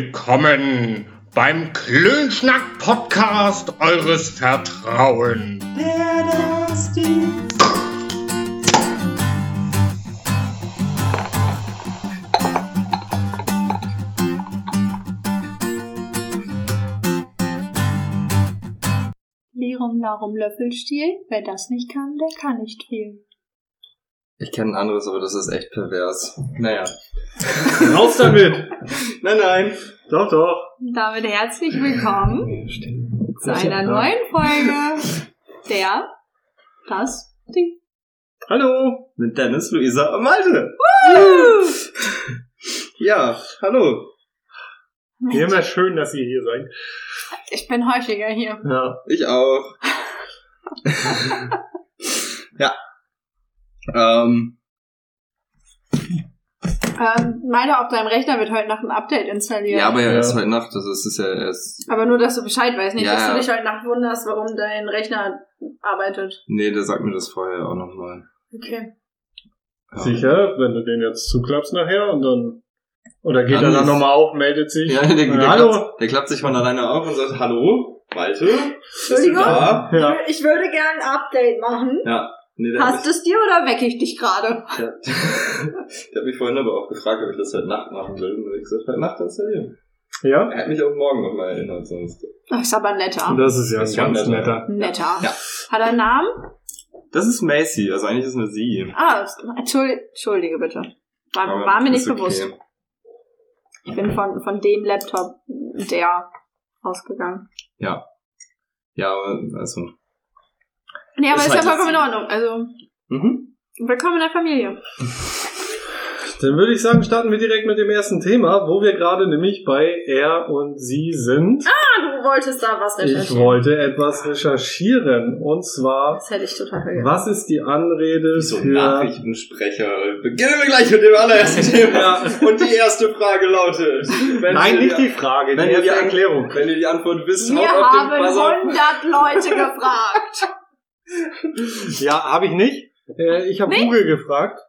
Willkommen beim Klönschnack-Podcast eures Vertrauens. Der Dusty. Lirum Larum Löffelstiel, wer das nicht kann, der kann nicht viel. Ich kenne ein anderes, aber das ist echt pervers. Naja. Raus damit! Nein, nein. Doch, doch. Und damit herzlich willkommen zu einer neuen Folge der Das Ding. Hallo. Mit Dennis, Luisa und Malte. Ja, hallo. Ja, immer schön, dass ihr hier seid. Ich bin häufiger hier. Ja. Ich auch. ja. Ähm, Ähm, meiner auf deinem Rechner wird heute Nacht ein Update ja. installiert. aber ja, Ja. erst heute Nacht, also es ist ja erst... Aber nur, dass du Bescheid weißt, nicht, Ja, dass du ja. dich heute Nacht wunderst, warum dein Rechner arbeitet. Nee, der sagt mir das vorher auch nochmal. Okay. Ja. Sicher, wenn du den jetzt zuklappst nachher und dann. Oder geht Dann er dann ist- nochmal auf, meldet sich. Ja, der, der, Ja, hallo. Klappt, der klappt sich von alleine auf und sagt, hallo, Malte, bist du Entschuldigung? da? Ja. Ich würde gern ein Update machen. Ja. Nee, der hat Passt es dir oder wecke ich dich gerade? Ja. Der hat mich vorhin aber auch gefragt, ob ich das heute Nacht machen will. Und dann hab ich gesagt, heute Nacht installieren. Ja? Er hat mich auch morgen nochmal erinnert sonst. Das ist aber netter. Das ist ja Das ein ist ganz ganz netter. Netter. Ja. Hat er einen Namen? Das ist Macy, also eigentlich ist es eine sie. Ah, es- Entschuldi- entschuldige bitte. War, war mir nicht ist okay. bewusst. Ich bin von, von dem Laptop der ausgegangen. Ja, aber also. Nee, aber Ist ist, halt ja vollkommen in jetzt- Ordnung. Also, Mhm. willkommen in der Familie. Dann würde ich sagen, starten wir direkt mit dem ersten Thema, wo wir gerade nämlich bei er und sie sind. Ah, du wolltest da was ich wollte etwas recherchieren. Und zwar, Das hätte ich total vergessen. was ist die Anrede So ein für... Nachrichtensprecher. Beginnen wir gleich mit dem allerersten Thema. Und die erste Frage lautet. wenn Nein, ihr nicht die Frage, die Wenn ihr die erste An- Erklärung. Wenn ihr die Antwort wisst, Wir haut auf den Buzzer. haben 100 Leute gefragt. Ja, habe ich nicht. Äh, ich habe Nee. Google gefragt.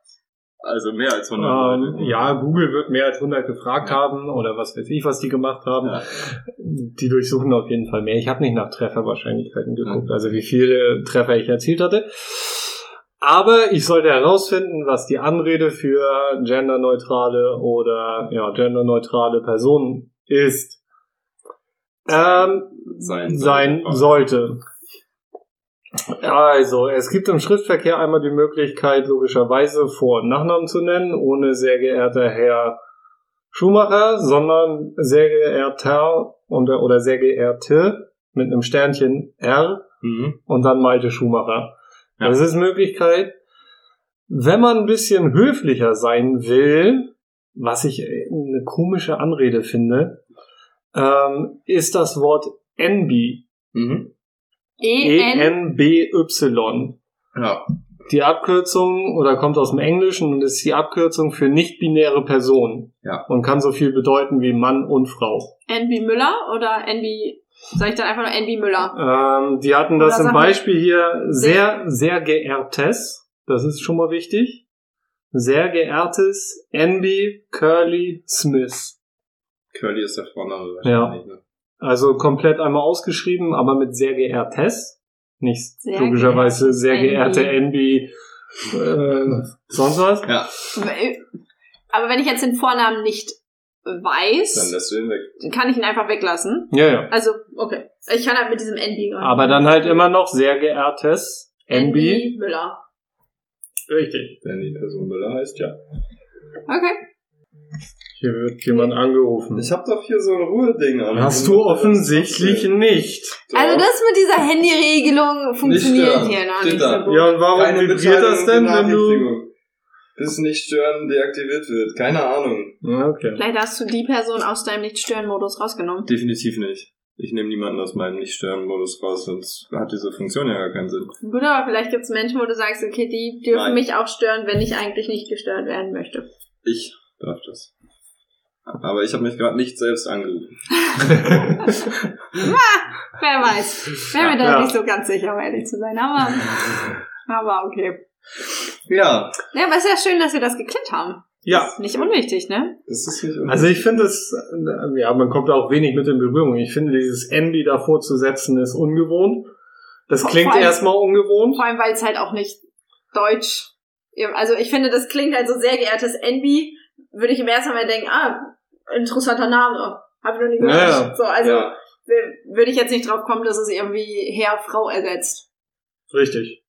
Also mehr als 100 Ähm, Leute. ja, Google wird mehr als 100 gefragt haben oder was weiß ich, was die gemacht haben. Ja. Die durchsuchen auf jeden Fall mehr. Ich habe nicht nach Trefferwahrscheinlichkeiten geguckt, also wie viele Treffer ich erzielt hatte. Aber ich sollte herausfinden, was die Anrede für genderneutrale oder ja, genderneutrale Personen ist. Ähm, Sein, sein sollte. Also, es gibt im Schriftverkehr einmal die Möglichkeit, logischerweise Vor- und Nachnamen zu nennen, ohne sehr geehrter Herr Schumacher, sondern sehr geehrter und, oder sehr geehrte mit einem Sternchen R Mhm. und dann Malte Schumacher. Ja. Das ist Möglichkeit. Wenn man ein bisschen höflicher sein will, was ich äh, eine komische Anrede finde, ähm, ist das Wort NB Mhm. E E EN. E-N-B-Y. Ja. Die Abkürzung oder kommt aus dem Englischen und ist die Abkürzung für nicht-binäre Personen. Ja. Und kann so viel bedeuten wie Mann und Frau. NB Müller oder NB. Sag ich dann einfach nur NB Müller? Ähm, die hatten Oder das im sag mal- Beispiel hier sehr, sehr geehrtes. Das ist schon mal wichtig. Sehr geehrtes Enby Curly Smith. Curly ist der Vorname Ja. wahrscheinlich. Ne? Also komplett einmal ausgeschrieben, aber mit sehr geehrtes. Nicht Sehr logischerweise sehr geehrtes geehrte Enby. Äh, sonst was? Ja, Aber wenn ich jetzt den Vornamen nicht dann weiß, lässt du ihn weg. kann ich ihn einfach weglassen. Ja, ja. Also, okay. Ich kann halt mit diesem NB. ran. Aber dann halt immer noch sehr geehrtes NB. NB Müller. Richtig. Wenn die Person Müller heißt, ja. Okay. Hier wird jemand angerufen. Ich hab doch hier so ein Ruheding an. Hast du offensichtlich nicht. Doch. Also, das mit dieser Handyregelung funktioniert stören. hier noch Steht nicht da. so gut. Ja, und warum Keine vibriert das denn, wenn du... Benachrichtigung. Bis nicht stören deaktiviert wird. Keine Ahnung. Ja, okay. Leider hast du die Person aus deinem Nicht-Stören-Modus rausgenommen. Definitiv nicht. Ich nehme niemanden aus meinem Nicht-Stören-Modus raus, sonst hat diese Funktion ja gar keinen Sinn. Gut, aber vielleicht gibt es Menschen, wo du sagst, okay, die dürfen Nein. mich auch stören, wenn ich eigentlich nicht gestört werden möchte. Ich darf das. Aber ich habe mich gerade nicht selbst angerufen. Wer weiß. Wäre mir da Ja. nicht so ganz sicher, um ehrlich zu sein. Aber, aber okay. Ja, Ja, aber ist ja schön, dass wir das geklärt haben. Ja, Ist nicht unwichtig, ne? Das ist nicht also ich finde es, äh, ja, man kommt auch wenig mit in Berührung. Ich finde, dieses Andy davor zu setzen, ist ungewohnt. Das Vor- klingt vor allem- erstmal ungewohnt. Vor allem, weil es halt auch nicht deutsch. Also ich finde, das klingt also sehr geehrtes Envy, würde ich im ersten Mal denken, ah, interessanter Name. Hab ich noch nie gehört. Ja, ja. So, also ja. w- würde ich jetzt nicht drauf kommen, dass es irgendwie Herr, Frau ersetzt. Richtig.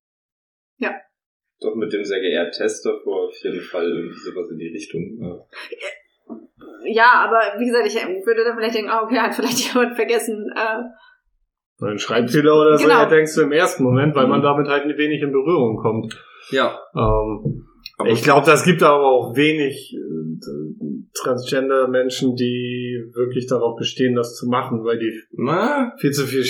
Doch mit dem sehr geehrten Tester vor auf jeden Fall irgendwie sowas in die Richtung. Ja. Ja, aber wie gesagt, ich äh, würde dann vielleicht denken, ah, okay, hat vielleicht jemand vergessen. Äh, Ein Schreibfehler oder so, Genau. ja, denkst du im ersten Moment, weil man Mhm. damit halt wenig in Berührung kommt. ja. Ähm, Aber ich glaube, das gibt aber auch wenig äh, Transgender-Menschen, die wirklich darauf bestehen, das zu machen, weil die Na, viel zu viel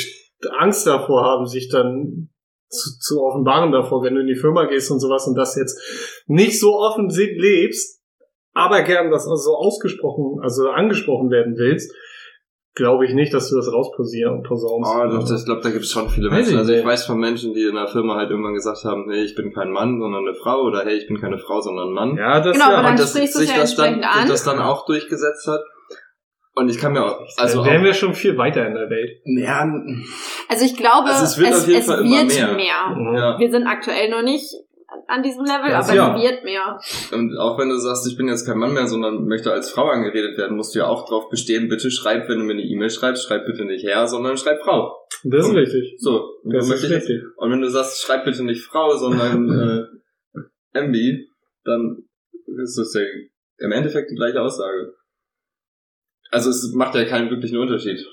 Angst davor haben, sich dann zu, zu offenbaren davor, wenn du in die Firma gehst und sowas und das jetzt nicht so offen se- lebst, aber gern das so ausgesprochen, also angesprochen werden willst, glaube ich nicht, dass du das rausposieren posaunst. oh, doch, das, ich glaube, da gibt es schon viele also Weiß Menschen. ich Also ich nicht. weiß von Menschen, die in der Firma halt irgendwann gesagt haben, hey, ich bin kein Mann, sondern eine Frau oder hey, ich bin keine Frau, sondern ein Mann. ja, das Genau, aber ja. dann Und dass sprichst du es sich ja das dann, entsprechend an. das dann auch durchgesetzt hat. Und ich kann mir auch, also dann wären wir schon viel weiter in der Welt. ja, also ich glaube, Also es wird auf jeden Fall immer wird mehr. ja. Wir sind aktuell noch nicht an diesem Level, Das aber ja. es wird mehr. Und auch wenn du sagst, ich bin jetzt kein Mann mehr, sondern möchte als Frau angeredet werden, musst du ja auch drauf bestehen, bitte schreib, wenn du mir eine E-Mail schreibst, schreib bitte nicht Herr, sondern schreib Frau. Das ist richtig. So. Und Das so ist möchte ich- richtig. Und wenn du sagst, schreib bitte nicht Frau, sondern äh, MB, dann ist das ja im Endeffekt die gleiche Aussage. Also es macht ja keinen wirklichen Unterschied.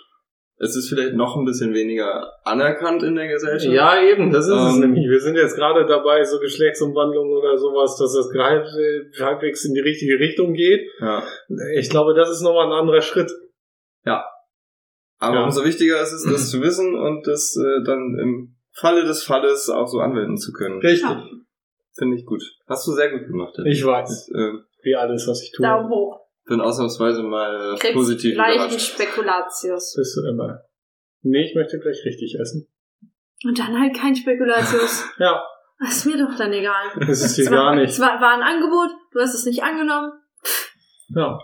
Es ist vielleicht noch ein bisschen weniger anerkannt in der Gesellschaft. Ja, eben, das ist es Ähm, nämlich. Wir sind jetzt gerade dabei, so Geschlechtsumwandlungen oder sowas, dass das halb, halbwegs in die richtige Richtung geht. ja. Ich glaube, das ist nochmal ein anderer Schritt. Aber Ja. umso wichtiger ist es, das zu wissen und das äh, dann im Falle des Falles auch so anwenden zu können. Richtig. Ja. Finde ich gut. Hast du sehr gut gemacht. Dennis. Ich weiß, Ich äh, wie alles, was ich tue. Daumen hoch. bin ausnahmsweise mal äh, Krebs positiv gleichen überrascht. Spekulatius. Bist du immer. Nee, ich möchte gleich richtig essen. Und dann halt kein Spekulatius. Ja, Das ist mir doch dann egal. das ist Es hier war- gar Es nicht. war, war ein Angebot, du hast es nicht angenommen. Ja.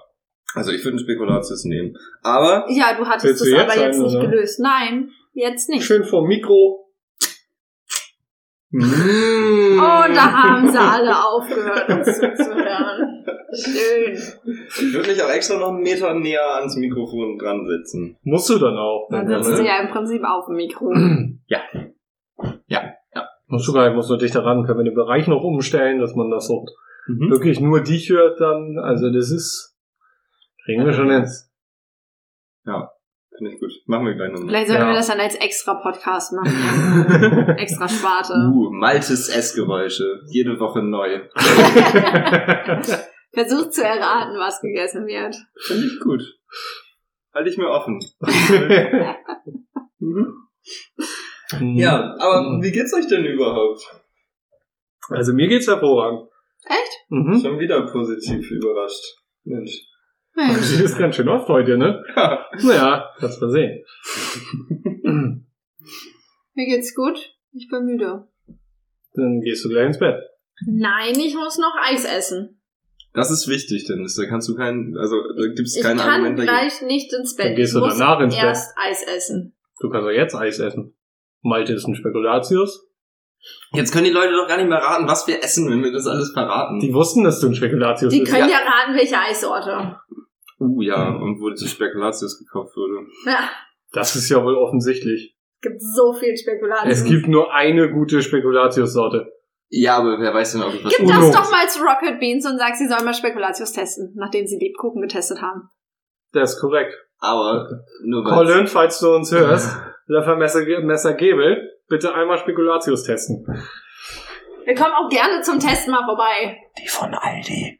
Also ich würde einen Spekulatius nehmen. Aber Ja, du hattest Willst du es jetzt aber jetzt einen, nicht oder? gelöst. Nein, jetzt nicht. Schön vom Mikro. Hm. Oh, da haben sie alle aufgehört, uns zuzuhören. Schön. ich würde mich auch extra noch einen Meter näher ans Mikrofon dran setzen. Musst du dann auch. Dann sitzen sie ja im Prinzip auf dem Mikro. Musst du gar nicht, musst du dich daran, können wir den Bereich noch umstellen, dass man das so Mhm. wirklich nur dich hört dann. Also das ist, kriegen wir schon hin. Finde ich gut. Machen wir gleich nochmal. Vielleicht sollten Ja. wir das dann als extra Podcast machen. extra Sparte. Uh, Maltes Essgeräusche. Jede Woche neu. Versucht zu erraten, was gegessen wird. Finde ich gut. Halte ich mir offen. Mhm. Mhm. Ja, aber wie geht's euch denn überhaupt? Also mir geht's hervorragend. Echt? Mhm. Schon wieder positiv überrascht. Mensch. Mensch. Das ist ganz schön oft heute, ne? Ja. Naja, kannst mal sehen. Mir geht's gut. Ich bin müde. Dann gehst du gleich ins Bett. Nein, ich muss noch Eis essen. Das ist wichtig, Dennis. Da kannst du keinen, also da gibt's Ich kein kann Argument dagegen. gleich nicht ins Bett. Dann gehst du ich muss danach ins Bett. erst Eis essen. Du kannst doch jetzt Eis essen. Malte ist ein Spekulatius. Jetzt können die Leute doch gar nicht mehr raten, was wir essen, wenn wir das alles verraten. Die wussten, dass du ein Spekulatius Die bist. können ja raten, welche Eisorte. uh, ja, und wo zu Spekulatius gekauft wurde. Ja, Das ist ja wohl offensichtlich. gibt so viel Spekulatius. Es gibt nur eine gute Spekulatius-Sorte. Ja, aber wer weiß denn, ob ich was... Gib Uno. das doch mal zu Rocket Beans und sag, sie sollen mal Spekulatius testen, nachdem sie Lebkuchen getestet haben. Das ist korrekt. aber nur weil... Colin, falls du uns hörst, Löffelmesser Messer Gebel, bitte einmal Spekulatius testen. Wir kommen auch gerne zum Testen mal vorbei. Die von Aldi.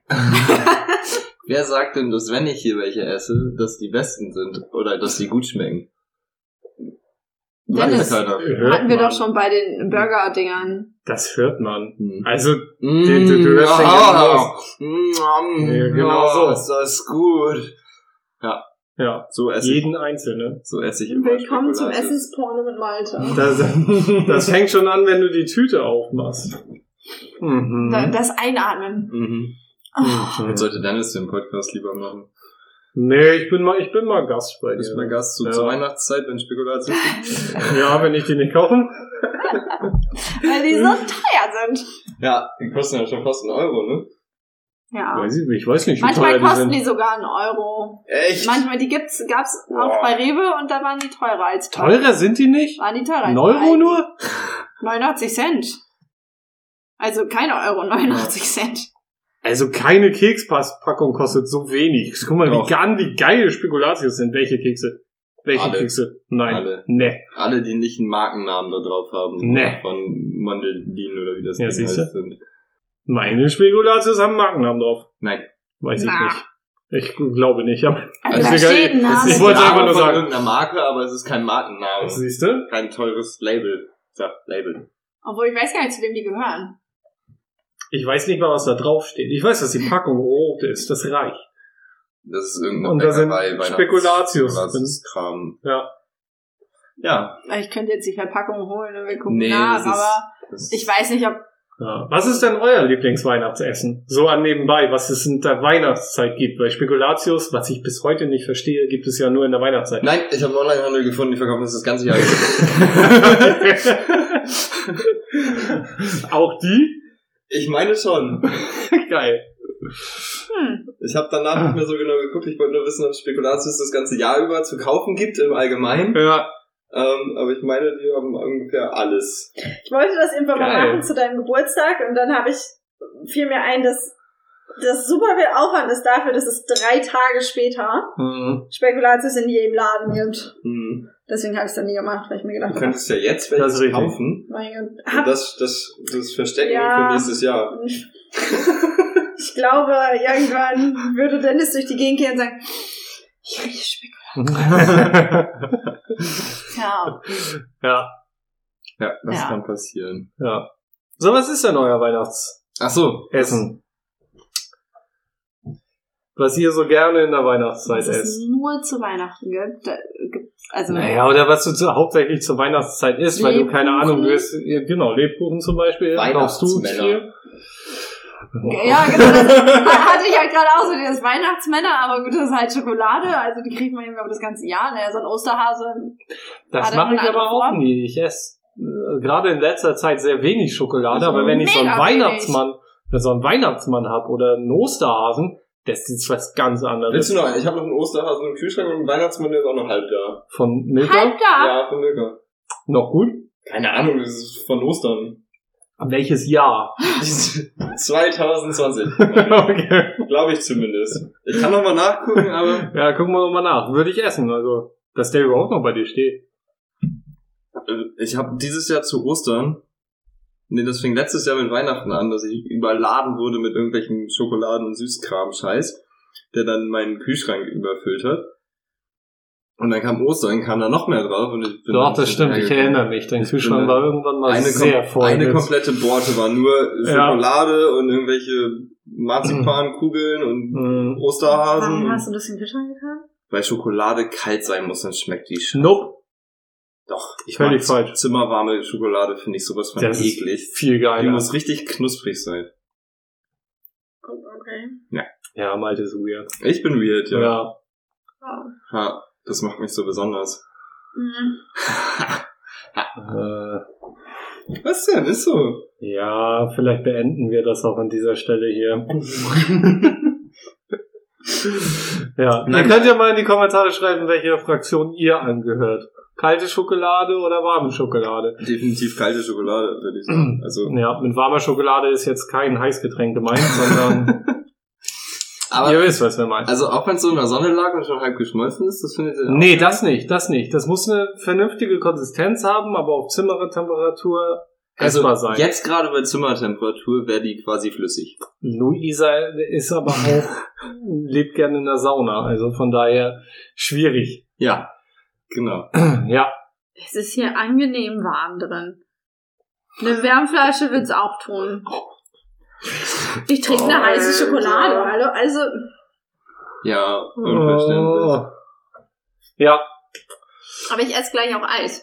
Wer sagt denn, dass wenn ich hier welche esse, dass die besten sind oder dass die gut schmecken? Dennis. Weiß keiner. Hört Hatten wir man. doch schon bei den Burger-Dingern. Das hört man. Hm. Also, Mm, Den- du- du hörst den ah, mm, Ja, mm, genau oh, so. Ist das gut. ja, So esse ich, jeden Einzelnen. so esse ich immer Willkommen zum Spekulatius. Essensporno mit Malte. Das, das fängt schon an, wenn du die Tüte aufmachst. Mhm. Das Einatmen. Mhm. Jetzt sollte Dennis den Podcast lieber machen. Nee, ich bin mal, ich bin mal Gast bei Du bist mein dir. Gast so Ja. zur Weihnachtszeit, wenn Spekulatius gibt. Ja, wenn ich die nicht kaufe. Weil die so Mhm. teuer sind. ja, die kosten ja schon fast einen Euro, ne? Ja. Weiß ich, nicht, ich weiß nicht, wie Manchmal teuer die kosten sind. die, sogar einen Euro. Echt? Manchmal, die gibt's, gab's Boah. auch bei Rewe und da waren die teurer als Teurer sind die nicht? Waren die teurer als Ein Euro bei- nur? 89 Cent. Also keine Euro, 89 Cent. Also keine Kekspackung kostet so wenig. Guck mal, Doch. wie, gan, wie geil Spekulatius sind. Welche Kekse? Welche Alle. Kekse? Nein. Ne. Alle. Nee. Alle, die nicht einen Markennamen da drauf haben. Nee. Von Mandelin oder wie das Ja, Ding siehst du? heißt. Sind. Meine Spekulatius haben Markennamen drauf. Nein. Weiß Na. ich nicht. Ich glaube nicht, aber Also Ist da egal. steht ein Es Name. ist- Ich wollte Name einfach nur von sagen. irgendeiner Marke, aber es ist kein Markenname. siehst du? kein teures Label. Sag Label. Obwohl ich weiß gar nicht, zu wem die gehören. Ich weiß nicht mal, was da drauf steht. Ich weiß, dass die Packung rot ist. Das reicht. Das ist irgendeine Und da sind Bäckerei, Weihnachts- Spekulatius Weihnachtskram. Ja. Ja. Ich könnte jetzt die Verpackung holen und wir gucken Nee, nach, das ist- aber Das ich weiß nicht, ob. Ja. Was ist denn euer Lieblingsweihnachtsessen? So an nebenbei, was es in der Weihnachtszeit gibt. Bei Spekulatius, was ich bis heute nicht verstehe, gibt es ja nur in der Weihnachtszeit. Nein, ich habe einen Onlinehandel gefunden, die verkaufen das das ganze Jahr. Auch die? ich meine schon. Geil. Hm. Ich habe danach nicht mehr so genau geguckt. Ich wollte nur wissen, ob es Spekulatius das ganze Jahr über zu kaufen gibt, im Allgemeinen. Ja. Ähm, aber ich meine, die haben ungefähr alles. Ich wollte das irgendwann mal Geil. machen zu deinem Geburtstag und dann habe ich fiel mir ein, dass das super viel Aufwand ist dafür, dass es drei Tage später Mhm. Spekulatius in jedem Laden gibt. Hm. Deswegen habe ich es dann nie gemacht, weil ich mir Du gedacht habe, könntest ja jetzt Das ist welche richtig. kaufen. mein Gott. Und Hab- das, das, das verstecken Ja. für nächstes Jahr. Ich glaube, irgendwann würde Dennis durch die Gegend gehen und sagen, ich rieche Spekulatius. Ja. ja, Ja, das Ja. kann passieren. ja. So, was ist denn euer Weihnachtsessen? Ach so. Was ihr so gerne in der Weihnachtszeit Was es esst. nur zu Weihnachten gibt. da gibt's- Also, Naja, oder was du zu, hauptsächlich zur Weihnachtszeit isst, weil du keine Lebkuchen. Ahnung, du isst, genau, Lebkuchen zum Beispiel. kaufst du Weihnachtsmänner. viel. Ja, genau. Das hatte ich halt gerade auch so dieses Weihnachtsmänner, aber gut, das ist halt Schokolade, also die kriegt man irgendwie das ganze Jahr. Naja, so ein Osterhase. Das Hat er mache ich eine aber andere auch Form? nie. Ich esse äh, gerade in letzter Zeit sehr wenig Schokolade, aber wenn ich so einen Mega Weihnachtsmann, wenn so einen Weihnachtsmann hab oder einen Osterhasen, das ist was ganz anderes. Willst du noch? einen? Ich habe noch einen Osterhasen im Kühlschrank und einen Weihnachtsmann, der ist auch noch halb da. Von Milka? Halb da. Ja, von Milka. Noch gut? Keine Ahnung, das ist von Ostern. Welches Jahr? 2020, okay. glaube ich zumindest. Ich kann nochmal nachgucken, aber Ja, gucken wir nochmal nach. Würde ich essen, also, dass der überhaupt noch bei dir steht. Äh, ich habe dieses Jahr zu Ostern, nee, das fing letztes Jahr mit Weihnachten an, dass ich überladen wurde mit irgendwelchen Schokoladen- und Süßkram-Scheiß, der dann meinen Kühlschrank überfüllt hat. Und dann kam Ostern, kam da noch mehr drauf und ich bin dann Doch, das stimmt, ich hinterhergekommen. erinnere mich. Dein Ich bin Kühlschrank dann- war irgendwann mal eine, sehr kom voll. eine mit- komplette Borte war nur Ja. Schokolade und irgendwelche Marzipankugeln und Mm. Osterhasen. Warum hast du das in den Kühlschrank getan? Weil Schokolade kalt sein muss, dann schmeckt die Sch Nope. Doch, ich Völlig mag falsch. zimmerwarme Schokolade, finde ich sowas von Das ist eklig. viel Die geiler. muss richtig knusprig sein. Okay. Ja, Malte ist weird. Ich bin weird, ja. ja. Wow. Ha, das macht mich so besonders. Mhm. Äh, Was denn? Ist so. ja, vielleicht beenden wir das auch an dieser Stelle hier. ja, Nein. ihr könnt ja mal in die Kommentare schreiben, welche Fraktion ihr angehört. Kalte Schokolade oder warme Schokolade? Definitiv kalte Schokolade, würde ich sagen. Also, Ja, mit warmer Schokolade ist jetzt kein Heißgetränk gemeint, sondern aber, ihr wisst, was wir meinen. also auch wenn es so in der Sonne lag und schon halb geschmolzen ist, das findet ihr auch- Nee, das nicht, das nicht. Das muss eine vernünftige Konsistenz haben, aber auf Zimmertemperatur essbar sein. also jetzt gerade bei Zimmertemperatur wäre die quasi flüssig. Luisa ist aber auch, lebt gerne in der Sauna, also von daher schwierig. Ja. Genau. Ja, Es ist hier angenehm warm drin. Eine Wärmflasche wird's auch tun. Ich trinke Oh, eine heiße Schokolade. Hallo, also Ja, Oh. unverständlich. Ja, Aber ich esse gleich auch Eis.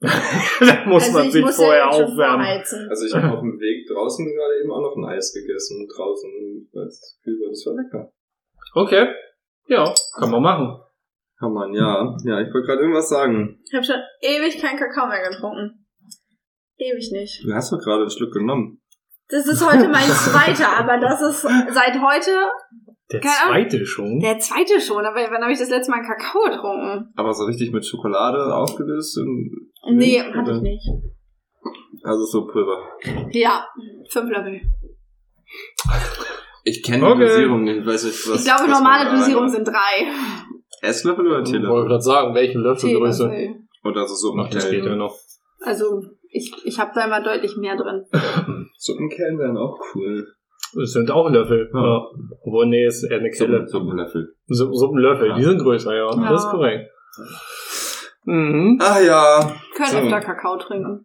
da muss also man ich sich muss vorher ja jetzt schon aufwärmen. vorheizen. Also ich habe auf dem Weg draußen gerade eben auch noch ein Eis gegessen. Draußen als Kühlbär. Das war lecker. Okay. Ja, kann man machen. Kann man, ja. Ja, ich wollte gerade irgendwas sagen. Ich habe schon ewig keinen Kakao mehr getrunken. Ewig nicht. Du hast doch gerade einen Schluck genommen. Das ist heute mein zweiter, aber das ist seit heute Der Keine Ahnung. zweite schon. der zweite schon. Aber wann habe ich das letzte Mal einen Kakao getrunken? Aber so richtig mit Schokolade aufgelöst und. Nee, Milch, hatte oder? ich nicht. Also so Pulver. Ja, fünf Löffel. Ich kenne Okay. die Dosierung nicht. Weiß nicht was, ich glaube, was man normale da Dosierung rein- sind drei. Esslöffel oder Teelöffel? Hm, wollte gerade sagen, welche Löffelgröße. Teelöffel. Oder so Ach, das Suppenkellen. geht ja noch. Also, ich, ich habe da immer deutlich mehr drin. Suppenkellen wären auch cool. Das sind auch Löffel. Ja. Ja. Obwohl, nee, ist eher eine Kelle. Suppen- Suppenlöffel. Suppen, Suppenlöffel, Ja. die sind größer, ja. Ja. Das ist korrekt. Mhm. Ah ja. Könnt So. öfter Kakao trinken.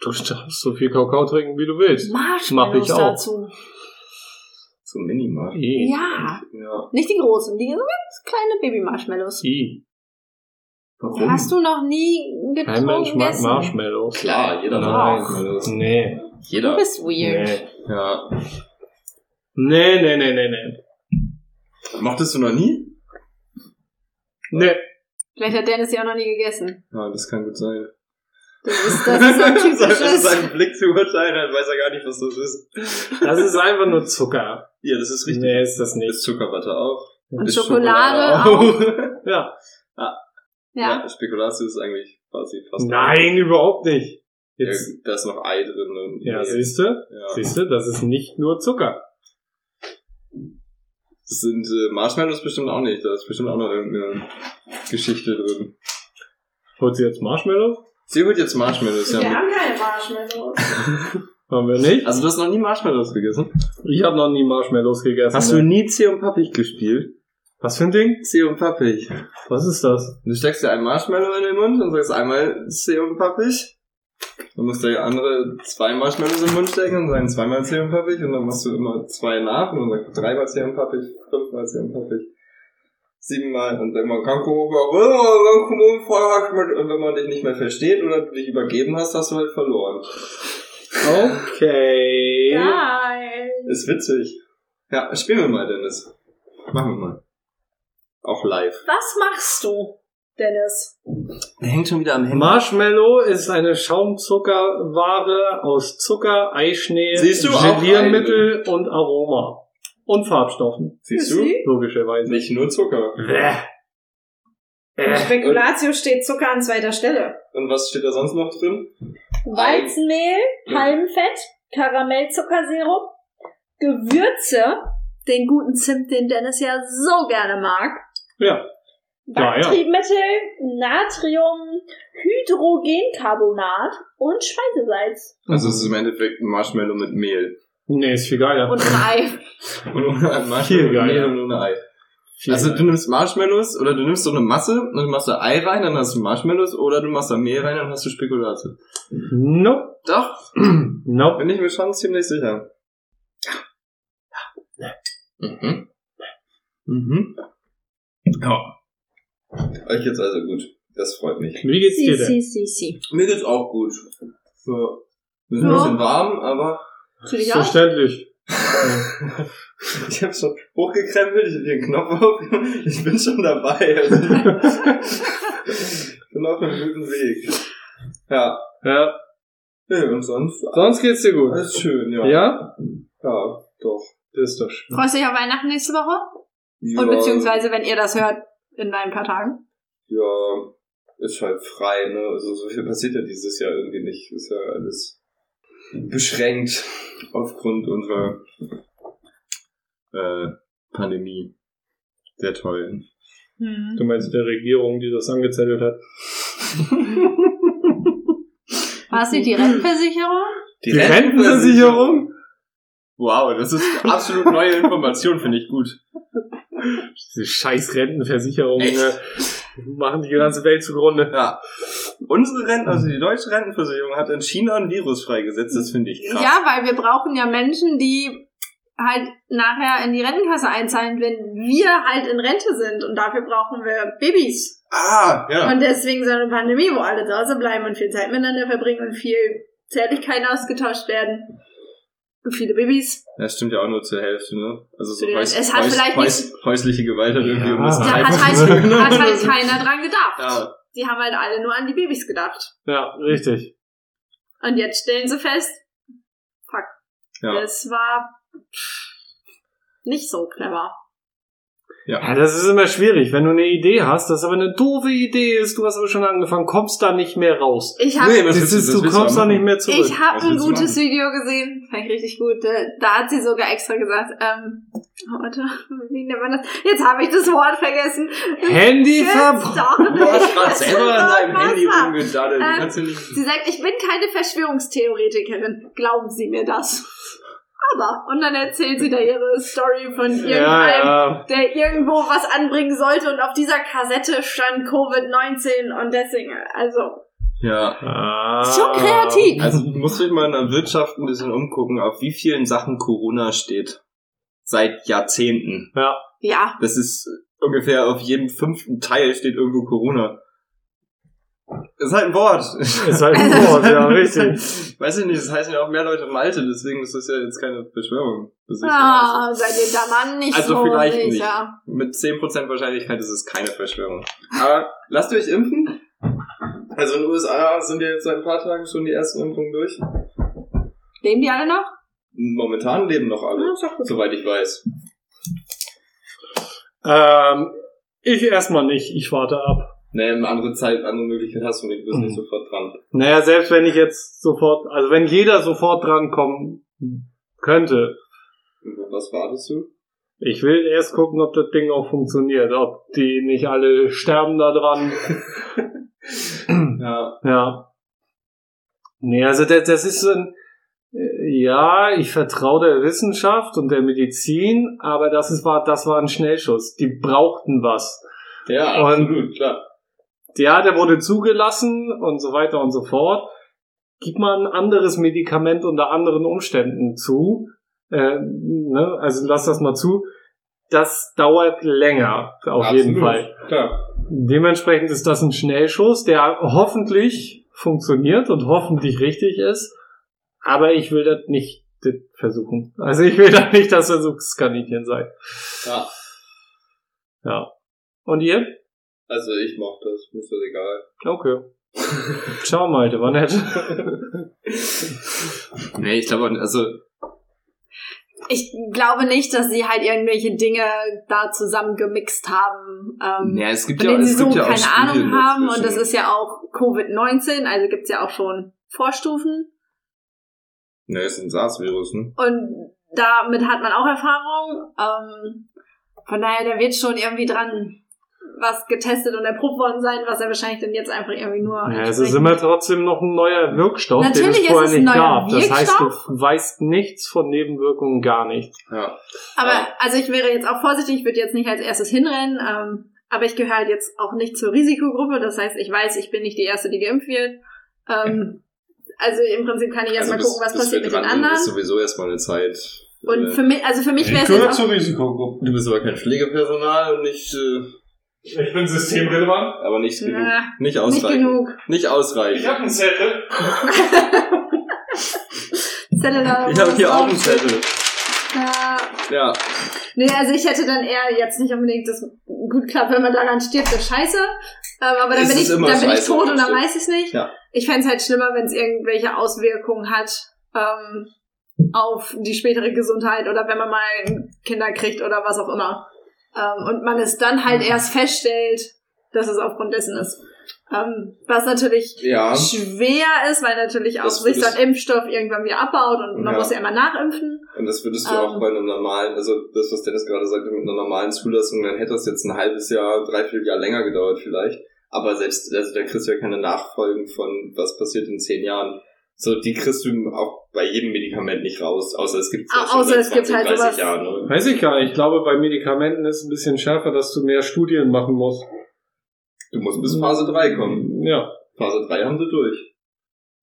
Du darfst so viel Kakao trinken, wie du willst. Marshmallows ich auch. dazu. So minimal. I. Ja, Ja. nicht die großen, die so ganz kleine Baby-Marshmallows. I. Warum? Hast du noch nie getrunken? Kein Mensch mag gegessen? Marshmallows. Klar, jeder Nein. mag Marshmallows. Nee. Du Jeder. bist weird. Nee. Ja. Nee, nee, nee, nee, nee. Mochtest du noch nie? Nee. Vielleicht hat Dennis sie auch noch nie gegessen. Ja, das kann gut sein. Das ist, das ist so ein Sollte typisches. seinen Blick zu urteilen, dann weiß er gar nicht, was das ist. Das ist einfach nur Zucker. Ja, das ist richtig. Nee, ist das nicht. Ist Zuckerwatte auch. Und Ist Schokolade Schokolade auch. Ja. Ja. Spekulatius ist eigentlich quasi fast. Nein, überhaupt nicht. Ja, Jetzt, da ist noch Ei drin. Und ja, Nee. siehst du? Ja. Siehst du, das ist nicht nur Zucker. Das sind äh, Marshmallows bestimmt auch nicht. Da ist bestimmt auch noch irgendeine Geschichte drin. Holt sie jetzt Marshmallows? Sie holt jetzt Marshmallows, ja. keine Marshmallows. Haben wir nicht? Also du hast noch nie Marshmallows gegessen? Ich habe noch nie Marshmallows gegessen. Hast du nie Zeh und Pappig gespielt? Was für ein Ding? Zeh und Pappig. Was ist das? Du steckst dir ein Marshmallow in den Mund und sagst einmal Zeh und Pappig. Dann muss der andere zwei Marshmallows in den Mund stecken und sagen zweimal Zeh und Pappig und dann machst du immer zwei nach und dann sagst du dreimal Zeh und Pappig, fünfmal Zeh und Pappig, siebenmal und dann mal oh, Kankuruga und wenn man dich nicht mehr versteht oder du dich übergeben hast, hast du halt verloren. Okay. Geil. Ist witzig. Ja, spielen wir mal, Dennis. Machen wir mal. Auch live. Was machst du, Dennis? Der hängt schon wieder am Marshmallow ist eine Schaumzuckerware aus Zucker, Eischnee, Siehst du, auch Geliermittel und Aroma. Und Farbstoffen, Siehst du? logischerweise. Nicht nur Zucker. Bäh. Im Äh. Spekulatio steht Zucker an zweiter Stelle. Und was steht da sonst noch drin? Weizenmehl, Palmfett, Karamellzuckersirup, Gewürze, den guten Zimt, den Dennis ja so gerne mag. Ja. Ja, ja. Baktriebmittel, Natrium, Hydrogencarbonat und Speisesalz. Also es ist im Endeffekt ein Marshmallow mit Mehl. Nee, ist viel geiler. Und ein Ei. Und ohne ein Marshmallow Viel mit geiler. Mehl und ohne Ei. Viel also du geiler. nimmst Marshmallows oder du nimmst so eine Masse und dann machst da Ei rein, dann hast du Marshmallows oder du machst da Mehl rein, dann hast du Spekulatius. Nope. Doch, nope. bin ich mir schon ziemlich sicher. Mhm. Mhm. Ja. Euch jetzt also gut. Das freut mich. Wie geht's Si, dir denn? si, si, si. Mir geht's auch gut. So. Ist ein Ja. bisschen warm, aber Für dich auch? Verständlich. Ich habe schon hochgekrempelt, ich habe den Knopf auf. Ich bin schon dabei. Also, ich bin auf einem guten Weg. Ja. Ja, Nee, und sonst sonst geht's dir gut. alles schön, ja. Ja? Ja, doch. Das ist doch schön. Freust du dich auf Weihnachten nächste Woche? Ja, Und beziehungsweise, wenn ihr das hört, in ein paar Tagen. Ja, ist halt frei, ne? Also so viel passiert ja dieses Jahr irgendwie nicht. Ist ja alles beschränkt aufgrund unserer äh, Pandemie. Sehr toll. Du meinst der Regierung, die das angezettelt hat? War es nicht die Rentenversicherung? Die, Wow, das ist absolut neue Information, finde ich gut. Diese scheiß Rentenversicherung Echt? ne, machen die ganze Welt zugrunde. Ja. Unsere Renten, also die deutsche Rentenversicherung hat in China ein Virus freigesetzt, das finde ich krass. Ja, weil wir brauchen ja Menschen, die halt nachher in die Rentenkasse einzahlen, wenn wir halt in Rente sind und dafür brauchen wir Babys. Ah, ja. Und deswegen so eine Pandemie, wo alle zu Hause bleiben und viel Zeit miteinander verbringen und viel Zärtlichkeiten ausgetauscht werden. Und viele Babys. Das stimmt ja auch nur zur Hälfte, ne? Also so Zu häus den- es hat häus vielleicht häus häusliche Gewalt hat irgendwie um das Ja. Da Ja, hat Halbe- halt, hat halt keiner dran gedacht. Ja. Die haben halt alle nur an die Babys gedacht. Ja, richtig. Und jetzt stellen sie fest, Ja. das war pff, nicht so clever. Ja, das ist immer schwierig, wenn du eine Idee hast, das aber eine doofe Idee ist, du hast aber schon angefangen, kommst da nicht mehr raus. Ich habe Nee, was Das willst du- ist, was du willst du kommst da machen? nicht mehr zurück. Ich habe Was ein willst du gutes machen? Video gesehen, fand ich richtig gut. Da- Da hat sie sogar extra gesagt, ähm, oh, warte, wie nennt man das? Jetzt habe ich das Wort vergessen. Handy Jetzt verbraucht. doch Du hast gerade nicht. selber an deinem Was Handy war? rumgedaddelt. Ähm, Kannst du nicht. Sie sagt, ich bin keine Verschwörungstheoretikerin. Glauben Sie mir das? Aber, und dann erzählt sie da ihre Story von irgendeinem, Ja, ja. der irgendwo was anbringen sollte und auf dieser Kassette stand Covid-19 und deswegen, also, Ja. Ah. Ist schon kreativ. Also ich muss mich mal in der Wirtschaft ein bisschen umgucken, auf wie vielen Sachen Corona steht. Seit Jahrzehnten. ja, Das ist ungefähr auf jedem fünften Teil steht irgendwo Corona. Das ist halt ein Wort. Ist halt ein Wort, ja, richtig. Weiß ich nicht, das heißen ja auch mehr Leute Malte, deswegen ist das ja jetzt keine Verschwörung. Das ist ja- ah, seid ihr da mal nicht Also so vielleicht nicht. sicher. Mit 10% Wahrscheinlichkeit ist es keine Verschwörung. Aber lasst euch impfen. Also in den USA sind ja jetzt seit ein paar Tagen schon die ersten Impfungen durch. Leben die alle noch? Momentan leben noch alle, soweit ich weiß. Ähm, ich erstmal nicht, ich warte ab. Ne, eine andere Zeit, andere Möglichkeit hast du nicht, du bist nicht Mhm. sofort dran. Naja, selbst wenn ich jetzt sofort, also wenn jeder sofort drankommen könnte, Und Was wartest du? ich will erst gucken, ob das Ding auch funktioniert, ob die nicht alle sterben da dran. Ja. Ja. Nee, also das, das ist so ein, äh, ja, ich vertraue der Wissenschaft und der Medizin, aber das ist, war, das war ein Schnellschuss. Die brauchten was. Ja, Und- absolut, klar. Ja, der wurde zugelassen und so weiter und so fort. Gib mal ein anderes Medikament unter anderen Umständen zu. Äh, ne? Also lass das mal zu. Das dauert länger, auf jeden Absolut, Fall. Klar. Dementsprechend ist das ein Schnellschuss, der hoffentlich funktioniert und hoffentlich richtig ist. Aber ich will das nicht das versuchen. Also ich will das nicht das Versuchskaninchen sein. Ja. Ja. Und ihr? Also ich mach das, mir ist das egal. Okay. Ciao, Malte, war nett. nee, ich glaube, also Ich glaube nicht, dass sie halt irgendwelche Dinge da zusammengemixt haben. Ähm, Ja, es gibt von ja, denen sie es so gibt ja auch keine Ahnung Studien haben. dazwischen. Und das ist ja auch Covid-19, also gibt's ja auch schon Vorstufen. Ne, ist ein SARS-Virus, ne? Und damit hat man auch Erfahrung. Ähm, von daher, da wird schon irgendwie dran was getestet und erprobt worden sein, was er wahrscheinlich dann jetzt einfach irgendwie nur. also Ja, es entsprechend- ist immer trotzdem noch ein neuer Wirkstoff, Natürlich den es ist vorher es ein nicht neuer gab. Das heißt, du weißt nichts von Nebenwirkungen, gar nichts. Ja. Aber also ich wäre jetzt auch vorsichtig, ich würde jetzt nicht als erstes hinrennen, ähm, aber ich gehöre halt jetzt auch nicht zur Risikogruppe. Das heißt, ich weiß, ich bin nicht die Erste, die geimpft wird. Ähm, also im Prinzip kann ich jetzt mal bis- gucken, was bis wir passiert mit den dran sind, Ist anderen. sowieso erstmal eine Zeit. Und Äh, für mich, also für mich wäre es gehöre jetzt auch, zur Risikogruppe. du bist aber kein Pflegepersonal und nicht, äh, Ich bin systemrelevant. aber nicht genug. Na, nicht nicht ausreichend. genug. Nicht ausreichend. habe einen Zettel. Zettel da Ich habe hier auch einen drauf. Zettel. Ja. Ja. Nee, also ich hätte dann eher jetzt nicht unbedingt das gut klappt, wenn man daran stirbt, ist scheiße. Ähm, aber dann Es bin, ich, ist dann immer bin ich scheiße, tot und dann stimmt. weiß ich nicht. Ja. Ich fänd's halt schlimmer, wenn es irgendwelche Auswirkungen hat ähm, auf die spätere Gesundheit oder wenn man mal Kinder kriegt oder was auch immer. Ähm, und man es dann halt erst feststellt, dass es aufgrund dessen ist. Ähm, was natürlich Ja. schwer ist, weil natürlich auch Das sich würdest- dann Impfstoff irgendwann wieder abbaut und man Ja. muss ja immer nachimpfen. Und das würdest du Ähm. auch bei einer normalen, also das, was Dennis gerade sagte, mit einer normalen Zulassung, dann hätte das jetzt ein halbes Jahr, dreiviertel Jahr länger gedauert vielleicht. Aber selbst, also da kriegst du ja keine Nachfolgen von, was passiert in zehn Jahren. So, die kriegst du auch bei jedem Medikament nicht raus, außer es gibt Au- Ah, außer es gibt halt sowas- Jahren. Ne? Weiß ich gar nicht. Ich glaube, bei Medikamenten ist es ein bisschen schärfer, dass du mehr Studien machen musst. Du musst bis Phase 3 kommen. Mhm. Ja. Phase 3 haben sie durch.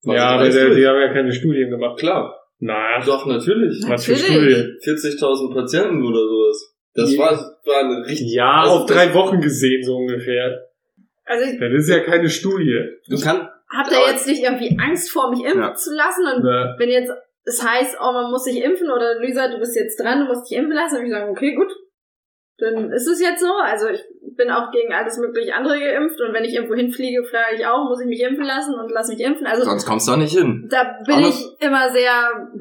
Phase Ja, drei aber ist der, durch. die haben ja keine Studien gemacht. Klar. Na, Doch, natürlich. was für Natürlich. Studie. 40.000 Patienten oder sowas. Das Ja. war, war eine richtig... Ja, Also auf das- drei Wochen gesehen, so ungefähr. Also ich- Das ist ja keine Studie. Du kannst... habt ihr jetzt nicht irgendwie Angst vor, mich impfen Ja. zu lassen? Und Na, wenn jetzt es heißt, oh, man muss sich impfen oder Luisa, du bist jetzt dran, du musst dich impfen lassen, dann würde ich sagen, okay, gut. Dann ist es jetzt so. Also ich bin auch gegen alles mögliche andere geimpft und wenn ich irgendwo hinfliege, frage ich auch, muss ich mich impfen lassen und lass mich impfen. Also Sonst kommst du auch nicht hin. da bin Aber- ich immer sehr,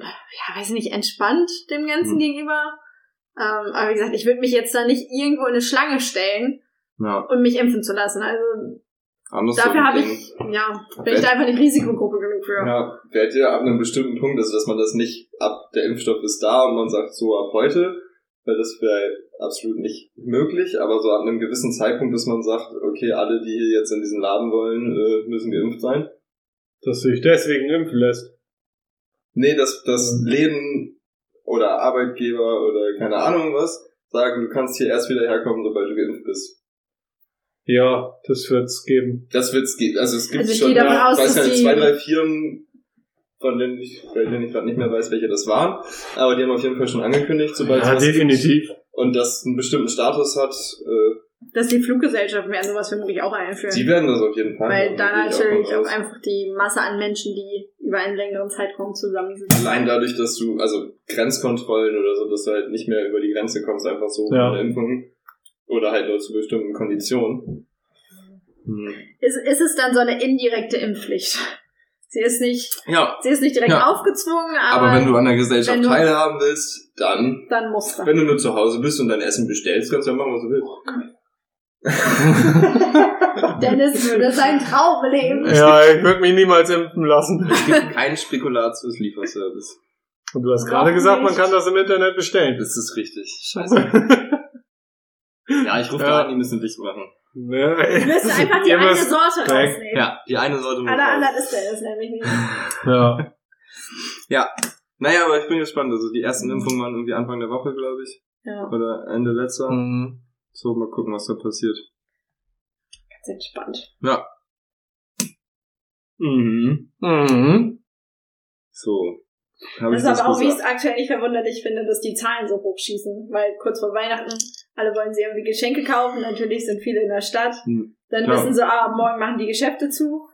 ja, weiß nicht, entspannt dem Ganzen Hm. gegenüber. Ähm, aber wie gesagt, ich würde mich jetzt da nicht irgendwo in eine Schlange stellen Ja. und mich impfen zu lassen. Also Anders dafür so habe ein Ding. ich, ja, bin ich da einfach nicht Risikogruppe genug für. Ja, werdet ihr ab einem bestimmten Punkt, also dass man das nicht ab, der Impfstoff ist da und man sagt so ab heute, weil das wäre absolut nicht möglich, aber so ab einem gewissen Zeitpunkt, dass man sagt, okay, alle, die hier jetzt in diesen Laden wollen, äh, müssen geimpft sein. dass du dich deswegen impfen lässt. Nee, dass, dass Läden oder Arbeitgeber oder keine Ahnung was sagen, du kannst hier erst wieder herkommen, sobald du geimpft bist. Ja, das wird's geben. Das wird's geben. Also es gibt Also ich schon, gehe davon aus, weiß dass ja, die- zwei, drei Firmen, von denen ich, bei denen ich gerade nicht mehr weiß, welche das waren, aber die haben auf jeden Fall schon angekündigt, sobald Ja, es was gibt definitiv. und das einen bestimmten Status hat, äh, Dass die Fluggesellschaften werden sowas vermutlich auch einführen. die werden das auf jeden Fall. Weil machen, da gehe ich auch natürlich von auch aus. einfach die Masse an Menschen, die über einen längeren Zeitraum zusammen sind. Allein dadurch, dass du, also Grenzkontrollen oder so, dass du halt nicht mehr über die Grenze kommst, einfach so Ja. ohne Impfung. Oder halt nur zu bestimmten Konditionen. Hm. Ist, ist es dann so eine indirekte Impfpflicht? Sie ist nicht, Ja, sie ist nicht direkt Ja. aufgezwungen, aber, aber wenn du an der Gesellschaft wenn du- teilhaben willst, dann, dann muss das. wenn du nur zu Hause bist und dein Essen bestellst, kannst du ja machen, was du willst. Dennis würde sein Traum leben. Ja, ich würde mich niemals impfen lassen. Es gibt keinen Spekulatius Lieferservice. Und du hast Warum gerade gesagt, man nicht? kann das im Internet bestellen. Das ist richtig. Scheiße. ja, ich rufe Ja. da an, die müssen dicht machen. Du müsst einfach die Ihr eine müsst- Sorte weg. rausnehmen. Ja, die eine Sorte muss Alle raus. anderen ist Dennis nämlich nicht. Ja. Naja, aber ich bin gespannt. Also die ersten Impfungen waren irgendwie Anfang der Woche, glaube ich. Ja, Oder Ende letzter. Hm. Mhm. So, mal gucken, was da passiert. ganz entspannt. Mhm. Mhm. So. Hab Das ich ist aber auch, wie ich es gesagt. aktuell nicht verwunderlich finde, dass die Zahlen so hochschießen. Weil kurz vor Weihnachten, alle wollen sie irgendwie Geschenke kaufen. Natürlich sind viele in der Stadt. Hm. Dann Klar. wissen sie, ah, morgen machen die Geschäfte zu.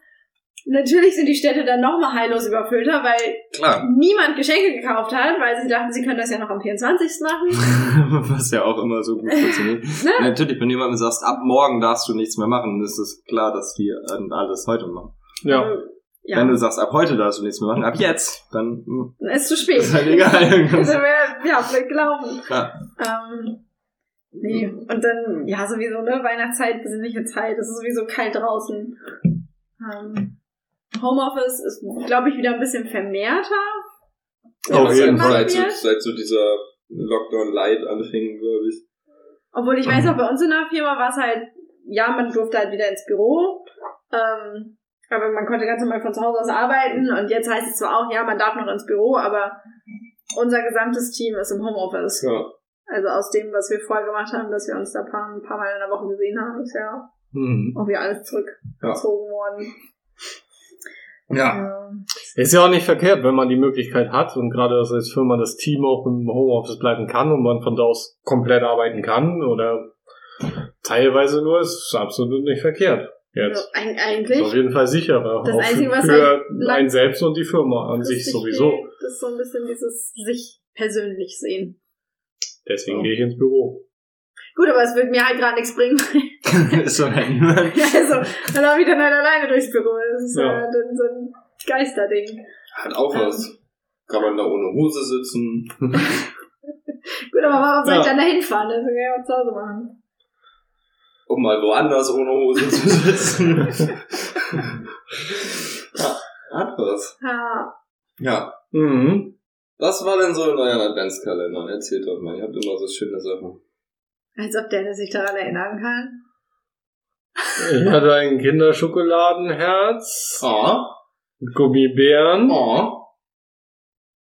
Natürlich sind die Städte dann nochmal heillos überfüllter, weil Klar. niemand Geschenke gekauft hat, weil sie dachten, sie können das ja noch am 24. machen. was ja auch immer so gut funktioniert. Ne? Natürlich, wenn jemandem sagst, ab morgen darfst du nichts mehr machen, ist es klar, dass die äh, alles heute machen. Ja. Also, ja. Wenn du sagst, ab heute darfst du nichts mehr machen, ab jetzt, dann hm, Dann ist zu spät. ist halt egal. Also, wir- ja, wir glauben. Ja. Ähm, nee, und dann, ja, sowieso, ne, Weihnachtszeit, besinnliche Zeit, es ist sowieso kalt draußen. Ähm, Homeoffice ist, glaube ich, wieder ein bisschen vermehrter. Auf jeden Fall. Seit, so, seit so dieser Lockdown Light anfing, glaube ich. Obwohl ich weiß auch, bei uns in der Firma war es halt, ja, man durfte halt wieder ins Büro, ähm, aber man konnte ganz normal von zu Hause aus arbeiten und jetzt heißt es zwar auch, ja, man darf noch ins Büro, aber unser gesamtes Team ist im Homeoffice. Ja. Also aus dem, was wir vorher gemacht haben, dass wir uns da ein paar, ein paar Mal in der Woche gesehen haben, ist ja Mhm. auch wieder alles zurückgezogen worden. Ja. Ja. Ist ja auch nicht verkehrt, wenn man die Möglichkeit hat und gerade dass als Firma das Team auch im Homeoffice bleiben kann und man von da aus komplett arbeiten kann oder teilweise nur, ist absolut nicht verkehrt. Also, Jetzt. eig- Ist auf eigentlich. jeden Fall sicherer. Das auch Einzige, für was halt lang- einen selbst und die Firma an sich lustig sowieso. fehlt, Das ist so ein bisschen dieses sich persönlich sehen. Deswegen Ja. gehe ich ins Büro. Gut, aber es wird mir halt gerade nichts bringen. ist schon ein also, dann laufe ich dann halt alleine durchs Büro. Das ist Ja. äh, dann so ein Geisterding. Hat auch was. Kann man da ohne Hose sitzen. Gut, aber warum soll ich Ja. dann da hinfahren? Das kann ich auch zu Hause machen. Um mal woanders ohne Hose zu sitzen. ja, hat was. Ja. Ja. Mhm. Was war denn so in euren Adventskalendern? Erzählt doch mal. Ihr habt immer so schöne Sachen. Als ob Dennis sich daran erinnern kann. Ich hatte ein Kinderschokoladenherz, Oh. Gummibären. Oh.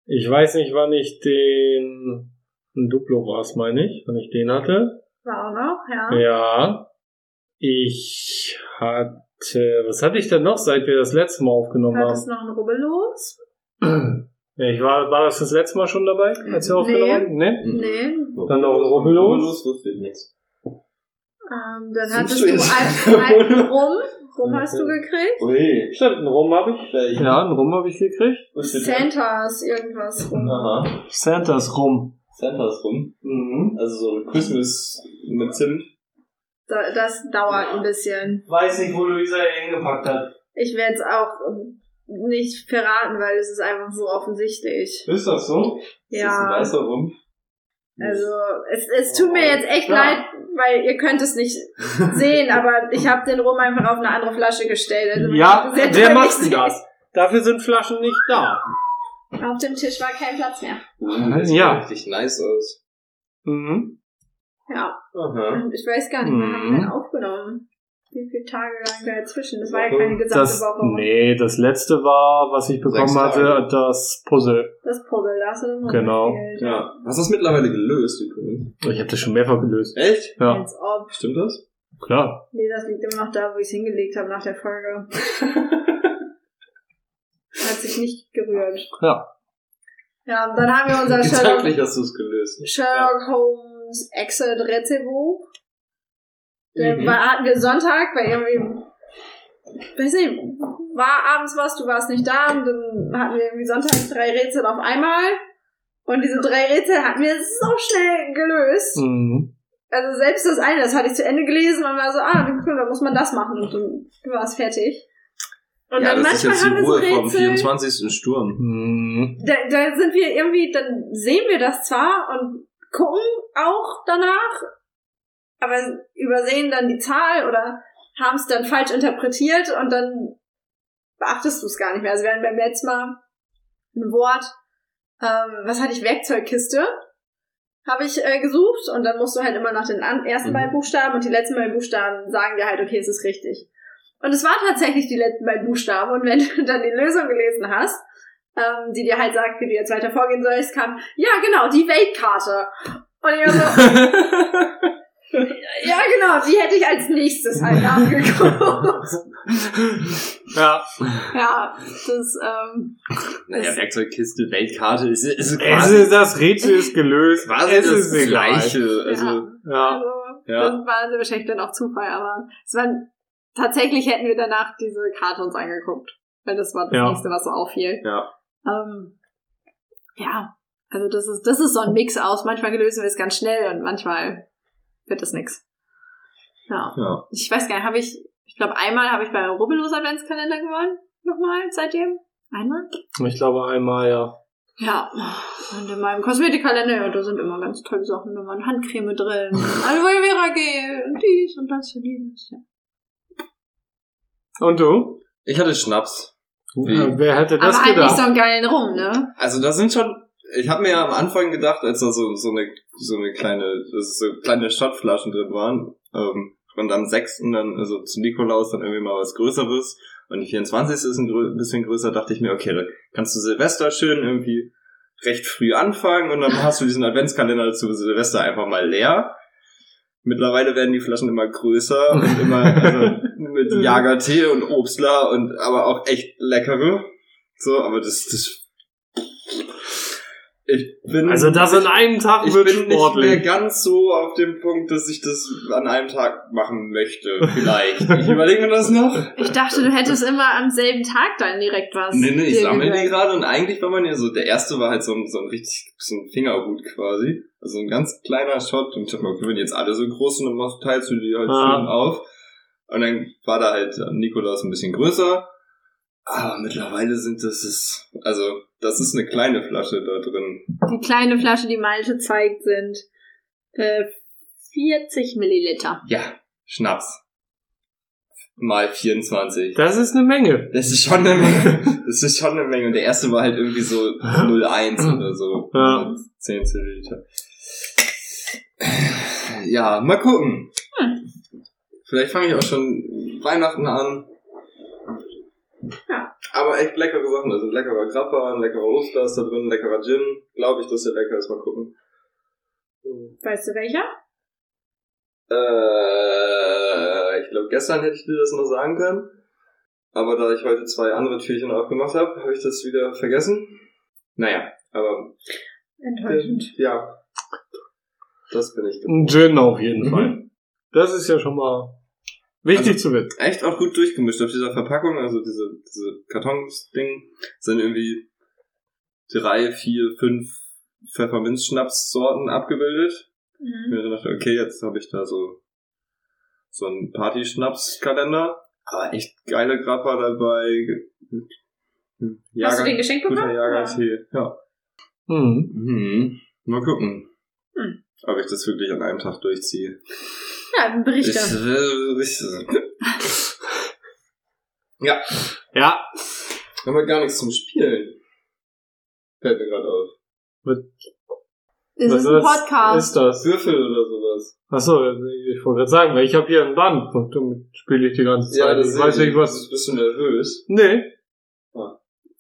Ich weiß nicht, wann ich den ein Duplo war es, meine ich, wann ich den hatte. War auch noch, ja. Ja. Ich hatte, was hatte ich denn noch, seit wir das letzte Mal aufgenommen Hat es haben? noch ein Rubbellos? Ja, Ich war, war das das letzte Mal schon dabei, als wir Nee. aufgenommen haben? Ne? Hm. Nee. Dann noch Rubbellos. Rubbellos wusste ich nichts. Ähm, dann Suchst hattest du du jetzt? einen alten Rum. Rum hast du gekriegt. Ui. Äh, Stimmt, einen Rum habe ich. Ja, einen Rum habe ich gekriegt. Wusste ich nicht. Santas irgendwas rum. Aha. Santas Rum. Santa's rum. Mhm. Also so ein Christmas mit Zimt. Da, das dauert ein bisschen. Weiß nicht, wo Luisa ihn hingepackt hat. Ich werde es auch ähm, nicht verraten, weil es ist einfach so offensichtlich. Ist das so? Das ist ein Ja, weißer Rum. also es, es tut Oh, mir jetzt echt Ja. leid, weil ihr könnt es nicht sehen, aber ich habe den Rum einfach auf eine andere Flasche gestellt. Also man Ja, konnte sehr wer deutlich macht denn sehen. das? Dafür sind Flaschen nicht da. Auf dem Tisch war kein Platz mehr. Uh, das sieht Ja. richtig nice aus. Mhm. Ja, Aha. und ich weiß gar nicht, wann haben wir Mhm. denn aufgenommen? Wie viele Tage lagen da dazwischen? Das war ja Woche. keine gesamte Das, Woche. nee, das letzte war, was ich bekommen Sechs hatte, Tage. das Puzzle. Das Puzzle, da hast du noch Genau. gespielt. Ja. Hast du das mittlerweile gelöst, übrigens? Ich habe das schon mehrfach gelöst. Echt? Ja, Als ob. Stimmt das? klar. Nee, das liegt immer noch da, wo ich es hingelegt habe nach der Folge. Hat sich nicht gerührt. Ja. Ja, und dann haben wir unser Sherlock, Gedanklich hast du es gelöst. Sherlock Holmes Exit Rezebo. Den Mhm. war, hatten wir Sonntag, weil irgendwie, weiß nicht, war abends was, du warst nicht da und dann hatten wir irgendwie Sonntag drei Rätsel auf einmal. Und diese drei Rätsel hatten wir so schnell gelöst. Mhm. also selbst das eine, das hatte ich zu Ende gelesen und war so, ah, cool, dann muss man das machen und dann war es fertig. Und ja, dann das ist manchmal jetzt die haben wir Ruhe so vom Rätsel, 24. Sturm. Mhm. da, da sind wir irgendwie, dann sehen wir das zwar und gucken auch danach, aber übersehen dann die Zahl oder haben es dann falsch interpretiert und dann beachtest du es gar nicht mehr. Also wir hatten beim letzten Mal ein Wort, ähm, was hatte ich, Werkzeugkiste, habe ich äh, gesucht und dann musst du halt immer nach den an ersten Mhm. beiden Buchstaben und die letzten beiden Buchstaben sagen dir halt, okay, es ist richtig. Und es war tatsächlich die letzten beiden Buchstaben und wenn du dann die Lösung gelesen hast, ähm, die dir halt sagt, wie du jetzt weiter vorgehen sollst, kam, ja genau, die Weltkarte. Und ich war so, ja, genau, die hätte ich als nächstes halt nachgeguckt. Ja, ja, das, ähm, Naja, Werkzeugkiste, Weltkarte, es ist, es ist es quasi, ist, das Rätsel ist gelöst. quasi es das ist egal. Gleiche. Also, ja, Ja. also, ja. das war also wahrscheinlich dann auch Zufall, aber es waren, tatsächlich hätten wir danach diese Karte uns angeguckt, wenn das war das Ja. nächste, was so auffiel. Ja. Ähm, ja, also das ist, das ist so ein Mix aus, manchmal lösen wir es ganz schnell und manchmal wird es nix. Ja. Ja. Ich weiß gar nicht, habe ich, ich glaube einmal habe ich bei Rubbellos Adventskalender gewonnen, nochmal seitdem. Einmal? Ich glaube einmal, ja. Ja, und in meinem Kosmetikkalender, ja, da sind immer ganz tolle Sachen, da waren Handcreme drin, Aloe Vera Gel und dies und das und jenes. Ja. Und du? Ich hatte Schnaps. Wie? Äh, Wer hätte das Aber halt nicht gedacht? so einen geilen Rum, ne? Also da sind schon, ich habe mir ja am Anfang gedacht, als da so, so eine, so eine kleine, dass so kleine Schottflaschen drin waren, ähm, und am 6. dann, also zu Nikolaus dann irgendwie mal was Größeres und die 24. ist ein grö bisschen größer, dachte ich mir, okay, da kannst du Silvester schön irgendwie recht früh anfangen und dann hast du diesen Adventskalender zu Silvester einfach mal leer. Mittlerweile werden die Flaschen immer größer und immer also, mit Jagertee und Obstler und aber auch echt leckere. So, aber das, das ich bin Also das an einem Tag ich wird bin nicht mehr sportlich. ganz so auf dem Punkt, dass ich das an einem Tag machen möchte. Vielleicht. ich überlege mir das noch. Ich dachte, du hättest immer am selben Tag dann direkt was. Nee, nee, ich dir sammle die gegönnt. gerade und eigentlich war man ja so, der erste war halt so ein, so ein richtig, so ein Fingerhut quasi. Also ein ganz kleiner Shot und ich hab mir, okay, wenn jetzt alle so groß sind, dann machst- teilst du die halt Ah. schön auf. Und dann war da halt Nikolaus ein bisschen größer. Aber mittlerweile sind das, ist, also, das ist eine kleine Flasche da drin. Die kleine Flasche, die Malte zeigt, sind äh, 40 Milliliter. Ja, Schnaps. Mal 24. Das ist eine Menge. Das ist schon eine Menge. Das ist schon eine Menge. Und der erste war halt irgendwie so 01 oder so. Ja. 10 Zentiliter. Ja, mal gucken. Hm. Vielleicht fange ich auch schon Weihnachten an. Ja. Aber echt leckere Sachen. Da sind leckerer Grappa, ein leckerer Oster ist da drin, ein leckerer Gin. Glaube ich, dass der lecker ist. Mal gucken. Weißt du welcher? Äh, ich glaube, gestern hätte ich dir das noch sagen können. Aber da ich heute zwei andere Türchen aufgemacht habe, habe ich das wieder vergessen. Naja, aber Enttäuschend. ja. Das bin ich. Ein Gin auf jeden Mhm. Fall. Das ist ja schon mal wichtig Also- zu wissen. Echt auch gut durchgemischt auf dieser Verpackung, also diese, diese Kartons-Ding sind irgendwie drei, vier, fünf Pfefferminz-Schnaps-Sorten abgebildet. Ich Mhm. mir dachte, okay, jetzt habe ich da so, so einen Party-Schnaps-Kalender. Aber echt geile Grappa dabei. Hast du den Jahrgang, geschenkt guter bekommen? Jahrgangstee. Ja. Mhm. Mhm. Mal gucken. Hm. Ob ich das wirklich an einem Tag durchziehe. Ja, ein Bericht Ich dann. will nicht. Ja, Wir haben wir gar nichts zum Spielen. Fällt mir gerade auf. Es was ist ein Podcast. ist das? Würfel oder sowas. Achso, ich wollte gerade sagen, weil ich habe hier einen Band und damit spiele ich die ganze Zeit. ich weiß nicht, was. Bist du nervös? Nee,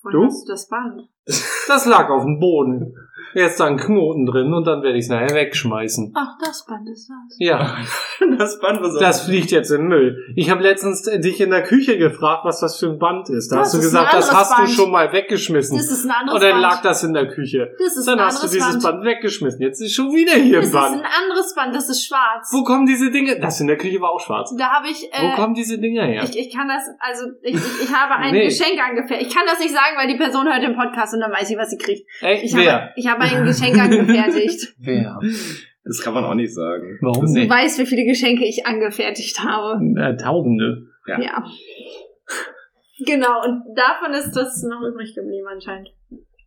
Wann Du? hast du das Band? das lag auf dem Boden. Jetzt da ein Knoten drin und dann werde ich es nachher wegschmeißen. Ach, das Band ist das. Ja, Das Band was das fliegt jetzt im Müll. Ich habe letztens dich in der Küche gefragt, was das für ein Band ist. Da Das hast du ist ein gesagt, das anderes hast Band. du schon mal weggeschmissen. Das ist ein anderes Und dann Band. lag das in der Küche. das ist Dann ein hast du anderes dieses Band. Band weggeschmissen. Jetzt ist schon wieder hier Das ein ist ein Band. anderes Band, das ist schwarz. Wo kommen diese Dinge? Das in der Küche war auch schwarz. Da habe ich, Wo äh, kommen diese Dinger her? ich, ich kann das, also ich, ich, ich habe ein Nee. Geschenk angefertigt. Ich kann das nicht sagen, weil die Person hört den Podcast und dann weiß ich, was sie kriegt. Echt? Ich Wer? habe, ich habe ein Geschenk angefertigt. Wer? Das kann man auch nicht sagen. Warum das Du nicht? weißt, wie viele Geschenke ich angefertigt habe. Äh, Tausende. Ja. Ja. Genau, und davon ist das noch übrig geblieben anscheinend.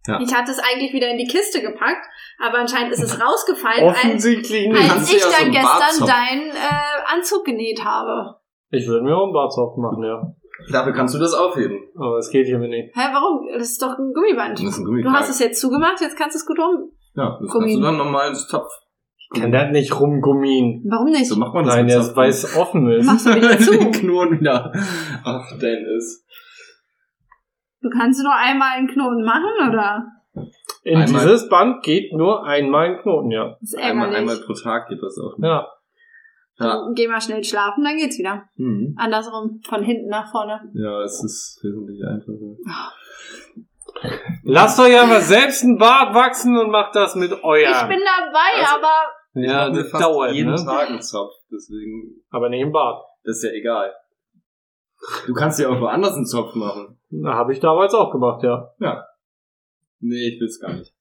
Ja. Ich hatte es eigentlich wieder in die Kiste gepackt, aber anscheinend ist es rausgefallen, als, Offensichtlich als Kannst du ich ja so dann einen gestern Bartzopf- deinen äh, Anzug genäht habe. Ich würde mir auch einen Bartzopf machen, ja. Dafür kannst du das aufheben. Aber es geht hier mir nicht. Hä, warum? Das ist doch ein Gummiband. ist ein Gummikleid. Du hast es jetzt zugemacht, jetzt kannst du es gut um. Ja, das Gummi. kannst du dann nochmal ins Topf. Ich kann das nicht rumgummien. Warum nicht? So macht man das. Nein, mit jetzt Zopf. weil es offen ist. Machst du wieder zu. Den Knoten wieder. Ach, Dennis. Du kannst nur einmal einen Knoten machen, oder? In Einmal. dieses Band geht nur einmal ein Knoten, ja. Das ist Einmal, ärgerlich. einmal pro Tag geht das auch. Ja. Ja. Geh mal schnell schlafen, dann geht's wieder. Mhm. Andersrum, von hinten nach vorne. ja, es ist wesentlich einfacher. Lasst euch aber selbst einen Bart wachsen und macht das mit Ich eurem. bin dabei, Also- aber Ich ja, mach mir das fast dauert, jeden ne? Tag einen Zopf, deswegen Aber nicht im Bart. das ist ja egal. Du kannst ja auch woanders einen Zopf machen. Habe ich damals auch gemacht, ja. Nee, ich will's gar nicht.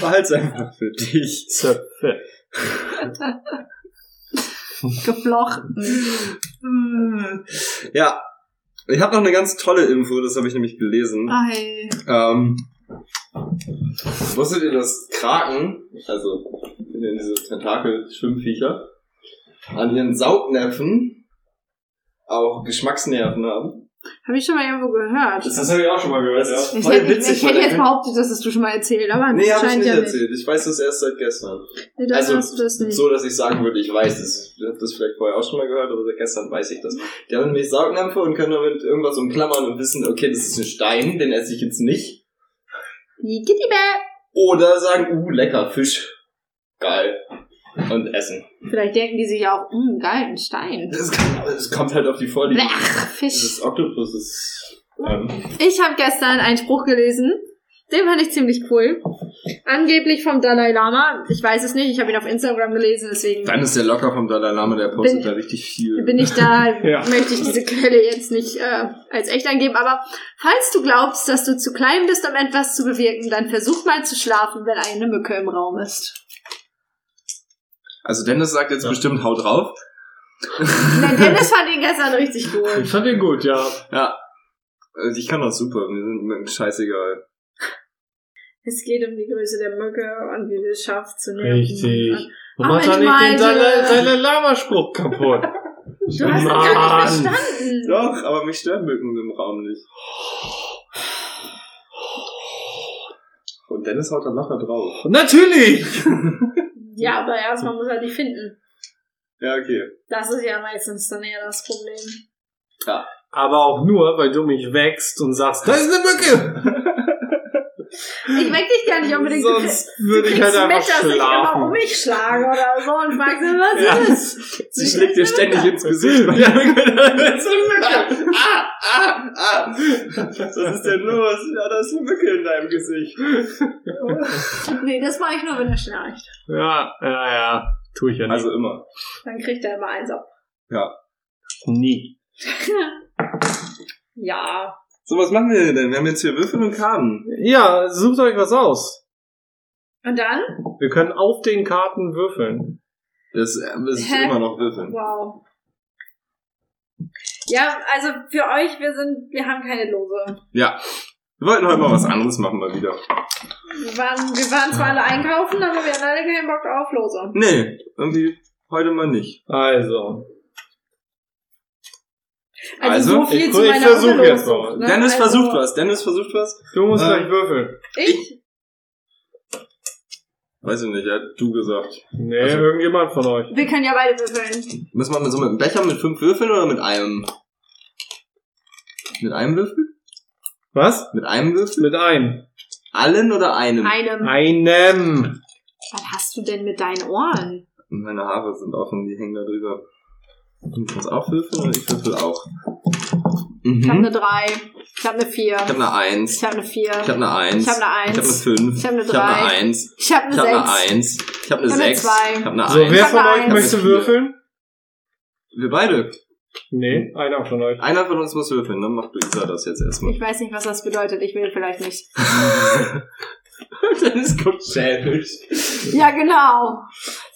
Behalt's einfach für dich. Zöpfe. geflochten. Ja, ich habe noch eine ganz tolle Info, das habe ich nämlich gelesen. Ah. Ei. Ähm, wusstet ihr, dass Kraken, also sind ja diese Tentakel-Schwimmviecher, an ihren Saugnäpfen auch Geschmacksnerven haben? Hab ich schon mal irgendwo gehört. habe ich auch schon mal gehört, ich hätte, ich hätte jetzt behauptet, dass es du schon mal erzählt, aber Nee, habe ich scheint nicht ja erzählt. Ich weiß das erst seit gestern. nicht. Nee, dann Also, hast du das nicht. So, dass ich sagen würde, ich weiß es. Ich habe das vielleicht vorher auch schon mal gehört, aber seit gestern weiß ich das. Die haben nämlich Saugnäpfe und können damit irgendwas umklammern und wissen, okay, das ist ein Stein, den esse ich jetzt nicht. Gittibä. Oder sagen, uh, lecker, Fisch. Geil. Und essen. Vielleicht denken die sich ja auch, mh, geil, ein Stein. Das, kann, das kommt halt auf die Vorliebe. Ach, Fisch. Dieses Oktopus ist. Ähm, Ich habe gestern einen Spruch gelesen. Den fand ich ziemlich cool. Angeblich vom Dalai Lama. Ich weiß es nicht. Ich habe ihn auf Instagram gelesen, deswegen dann ist der locker vom Dalai Lama, der postet Bin- da richtig viel. bin ich da, Ja. möchte ich diese Quelle jetzt nicht äh, als echt angeben. Aber falls du glaubst, dass du zu klein bist, um etwas zu bewirken, dann versuch mal zu schlafen, wenn eine Mücke im Raum ist. also Dennis sagt jetzt bestimmt, hau drauf. Nein, Dennis fand ihn gestern richtig cool. Ich fand den gut, ja. Ja. Also ich kann das super, mir sind mir scheißegal. Es geht um die Größe der Mücke und wie sie es schafft zu nerven. Richtig. Und Aber mach doch ich nicht den meinte- Dalai Dalai Lama-Spruch kaputt. Du hast es gar nicht Mann. verstanden. Doch, aber mich stören Mücken im Raum nicht. Und Dennis haut da locker drauf. Natürlich! Ja, aber erstmal muss er die finden. Ja, okay. Das ist ja meistens dann eher das Problem. Aber auch nur, weil du mich wächst und sagst, das ist eine Mücke! Ich weck dich gar nicht unbedingt. Du kriegst- Sonst würde ich kriegst halt einfach mit, dass ich immer um schlafen. mich schlage oder so und fragst, was Ja. ist? Sie schlägt dir ständig ins Gesicht. Ja. Das ist eine Mücke. Ah, ah, ah. Was ist denn los? Ja, da ist eine Mücke in deinem Gesicht. Nee, das mache ich nur, wenn er schnarcht. ja, ja, ja. Tue ich ja nicht. Also immer. Dann kriegt er immer eins ab. nie. ja. So, was machen wir denn? Wir haben jetzt hier Würfel und Karten. Ja, sucht euch was aus. Und dann? Wir können auf den Karten würfeln. Das, äh, das ist Hä? immer noch Würfeln. Wow. Ja, also für euch, wir sind, wir haben keine Lose. Ja. Wir wollten heute mal was anderes machen mal wieder. Wir waren, wir waren zwar alle einkaufen, aber wir hatten alle keinen Bock auf Lose. Nee, irgendwie heute mal nicht. Also, Also, Also, so viel ich- zu ich meiner versuch Unterlose. jetzt noch. Ne? Dennis also, versucht was. Dennis versucht was. du musst Äh. gleich würfeln. Ich? Weiß ich nicht, er hat du gesagt. Nee, Also- irgendjemand von euch. Wir können ja beide würfeln. Müssen wir mit so mit einem Becher mit fünf Würfeln oder mit einem? Mit einem Würfel? Was? Mit einem Würfel? Mit einem. Allen oder einem? Einem. Einem. Was hast du denn mit deinen Ohren? Und meine Haare sind offen, die hängen da drüber. Du kannst auch würfeln und ich würfel auch. Ich habe Mhm. eine 3. Ich habe eine 4. Ich habe eine Eins. Ich habe eine 4. Ich habe eine Eins. Ich hab eine Eins. Ich habe eine Fünf. Ich hab eine Ich habe eine Drei. Eins. Ich habe eine Ich habe eine 6. Eins. Ich habe eine Ich hab eine Sechs. Zwei. Ich habe eine So, wer Eins. Ich von hab euch eins. möchte Ich hab würfeln? Wir beide. Nee, einer von euch. Einer von uns muss würfeln, dann macht Luisa das jetzt erstmal. Ich weiß nicht, was das bedeutet. Ich will vielleicht nicht. Dennis guckt schäbisch. Ja, genau.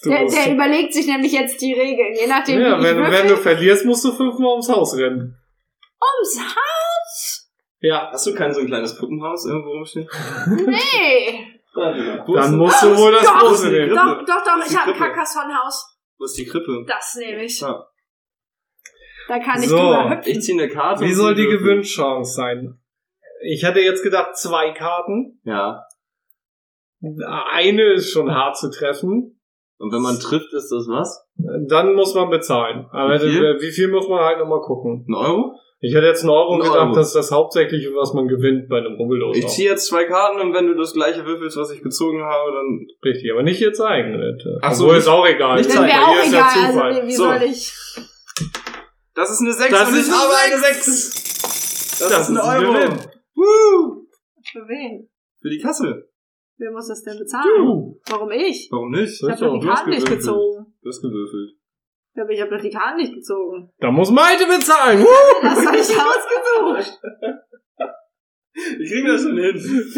Du der, musst- der überlegt sich nämlich jetzt die Regeln. Je nachdem, ja, wie ich wenn, wenn würfel, du verlierst, musst du fünfmal ums Haus rennen. ums Haus. Ja. Hast du kein so ein kleines Puppenhaus irgendwo rumstehen? Nee. Wo ist Dann denn- musst du wohl das Doch, große die nehmen. Krippe. Doch, doch, doch. Das Ich ist die habe ein Krippe. Carcassonne-Haus. Wo ist die Krippe? Das nehme ich. Ja. Da kann ich So. drüber hüpfen. Ich ziehe eine Karte. Wie und soll sie Also die würfeln. Gewinnchance sein? Ich hätte jetzt gedacht, zwei Karten. Ja. Eine ist schon hart zu treffen. Und wenn man trifft, ist das was? Dann muss man bezahlen. Aber Wie wie viel? viel, wie viel muss man halt nochmal gucken. Ein Euro? Ich hätte jetzt einen Euro Ein gedacht, Euro. das ist das Hauptsächliche, was man gewinnt bei einem Rubbellos. Ich ziehe jetzt zwei Karten und wenn du das gleiche würfelst, was ich gezogen habe, dann. Richtig, aber nicht jetzt eigene. Ach so, Obwohl, nicht- ist auch egal. nicht Das Zeit, wäre auch Hier ist egal. ja Also, Zufall. wie, wie So. soll ich? Das ist eine 6 Das und ist ich eine habe eine Sechs. 6. Das, Das ist ein ist ein Euro. Gewinn. Woo! Für wen? Für die Kasse. Wer muss das denn bezahlen? Du. Warum ich? Warum nicht? Ich Das habe ist doch doch die bloß Karten nicht gewürfelt. gezogen. Du hast gewürfelt. Ja, Aber ich habe doch die Karten nicht gezogen. Da muss Malte bezahlen. Woo! Das habe ich ausgesucht. Ich krieg das schon hin.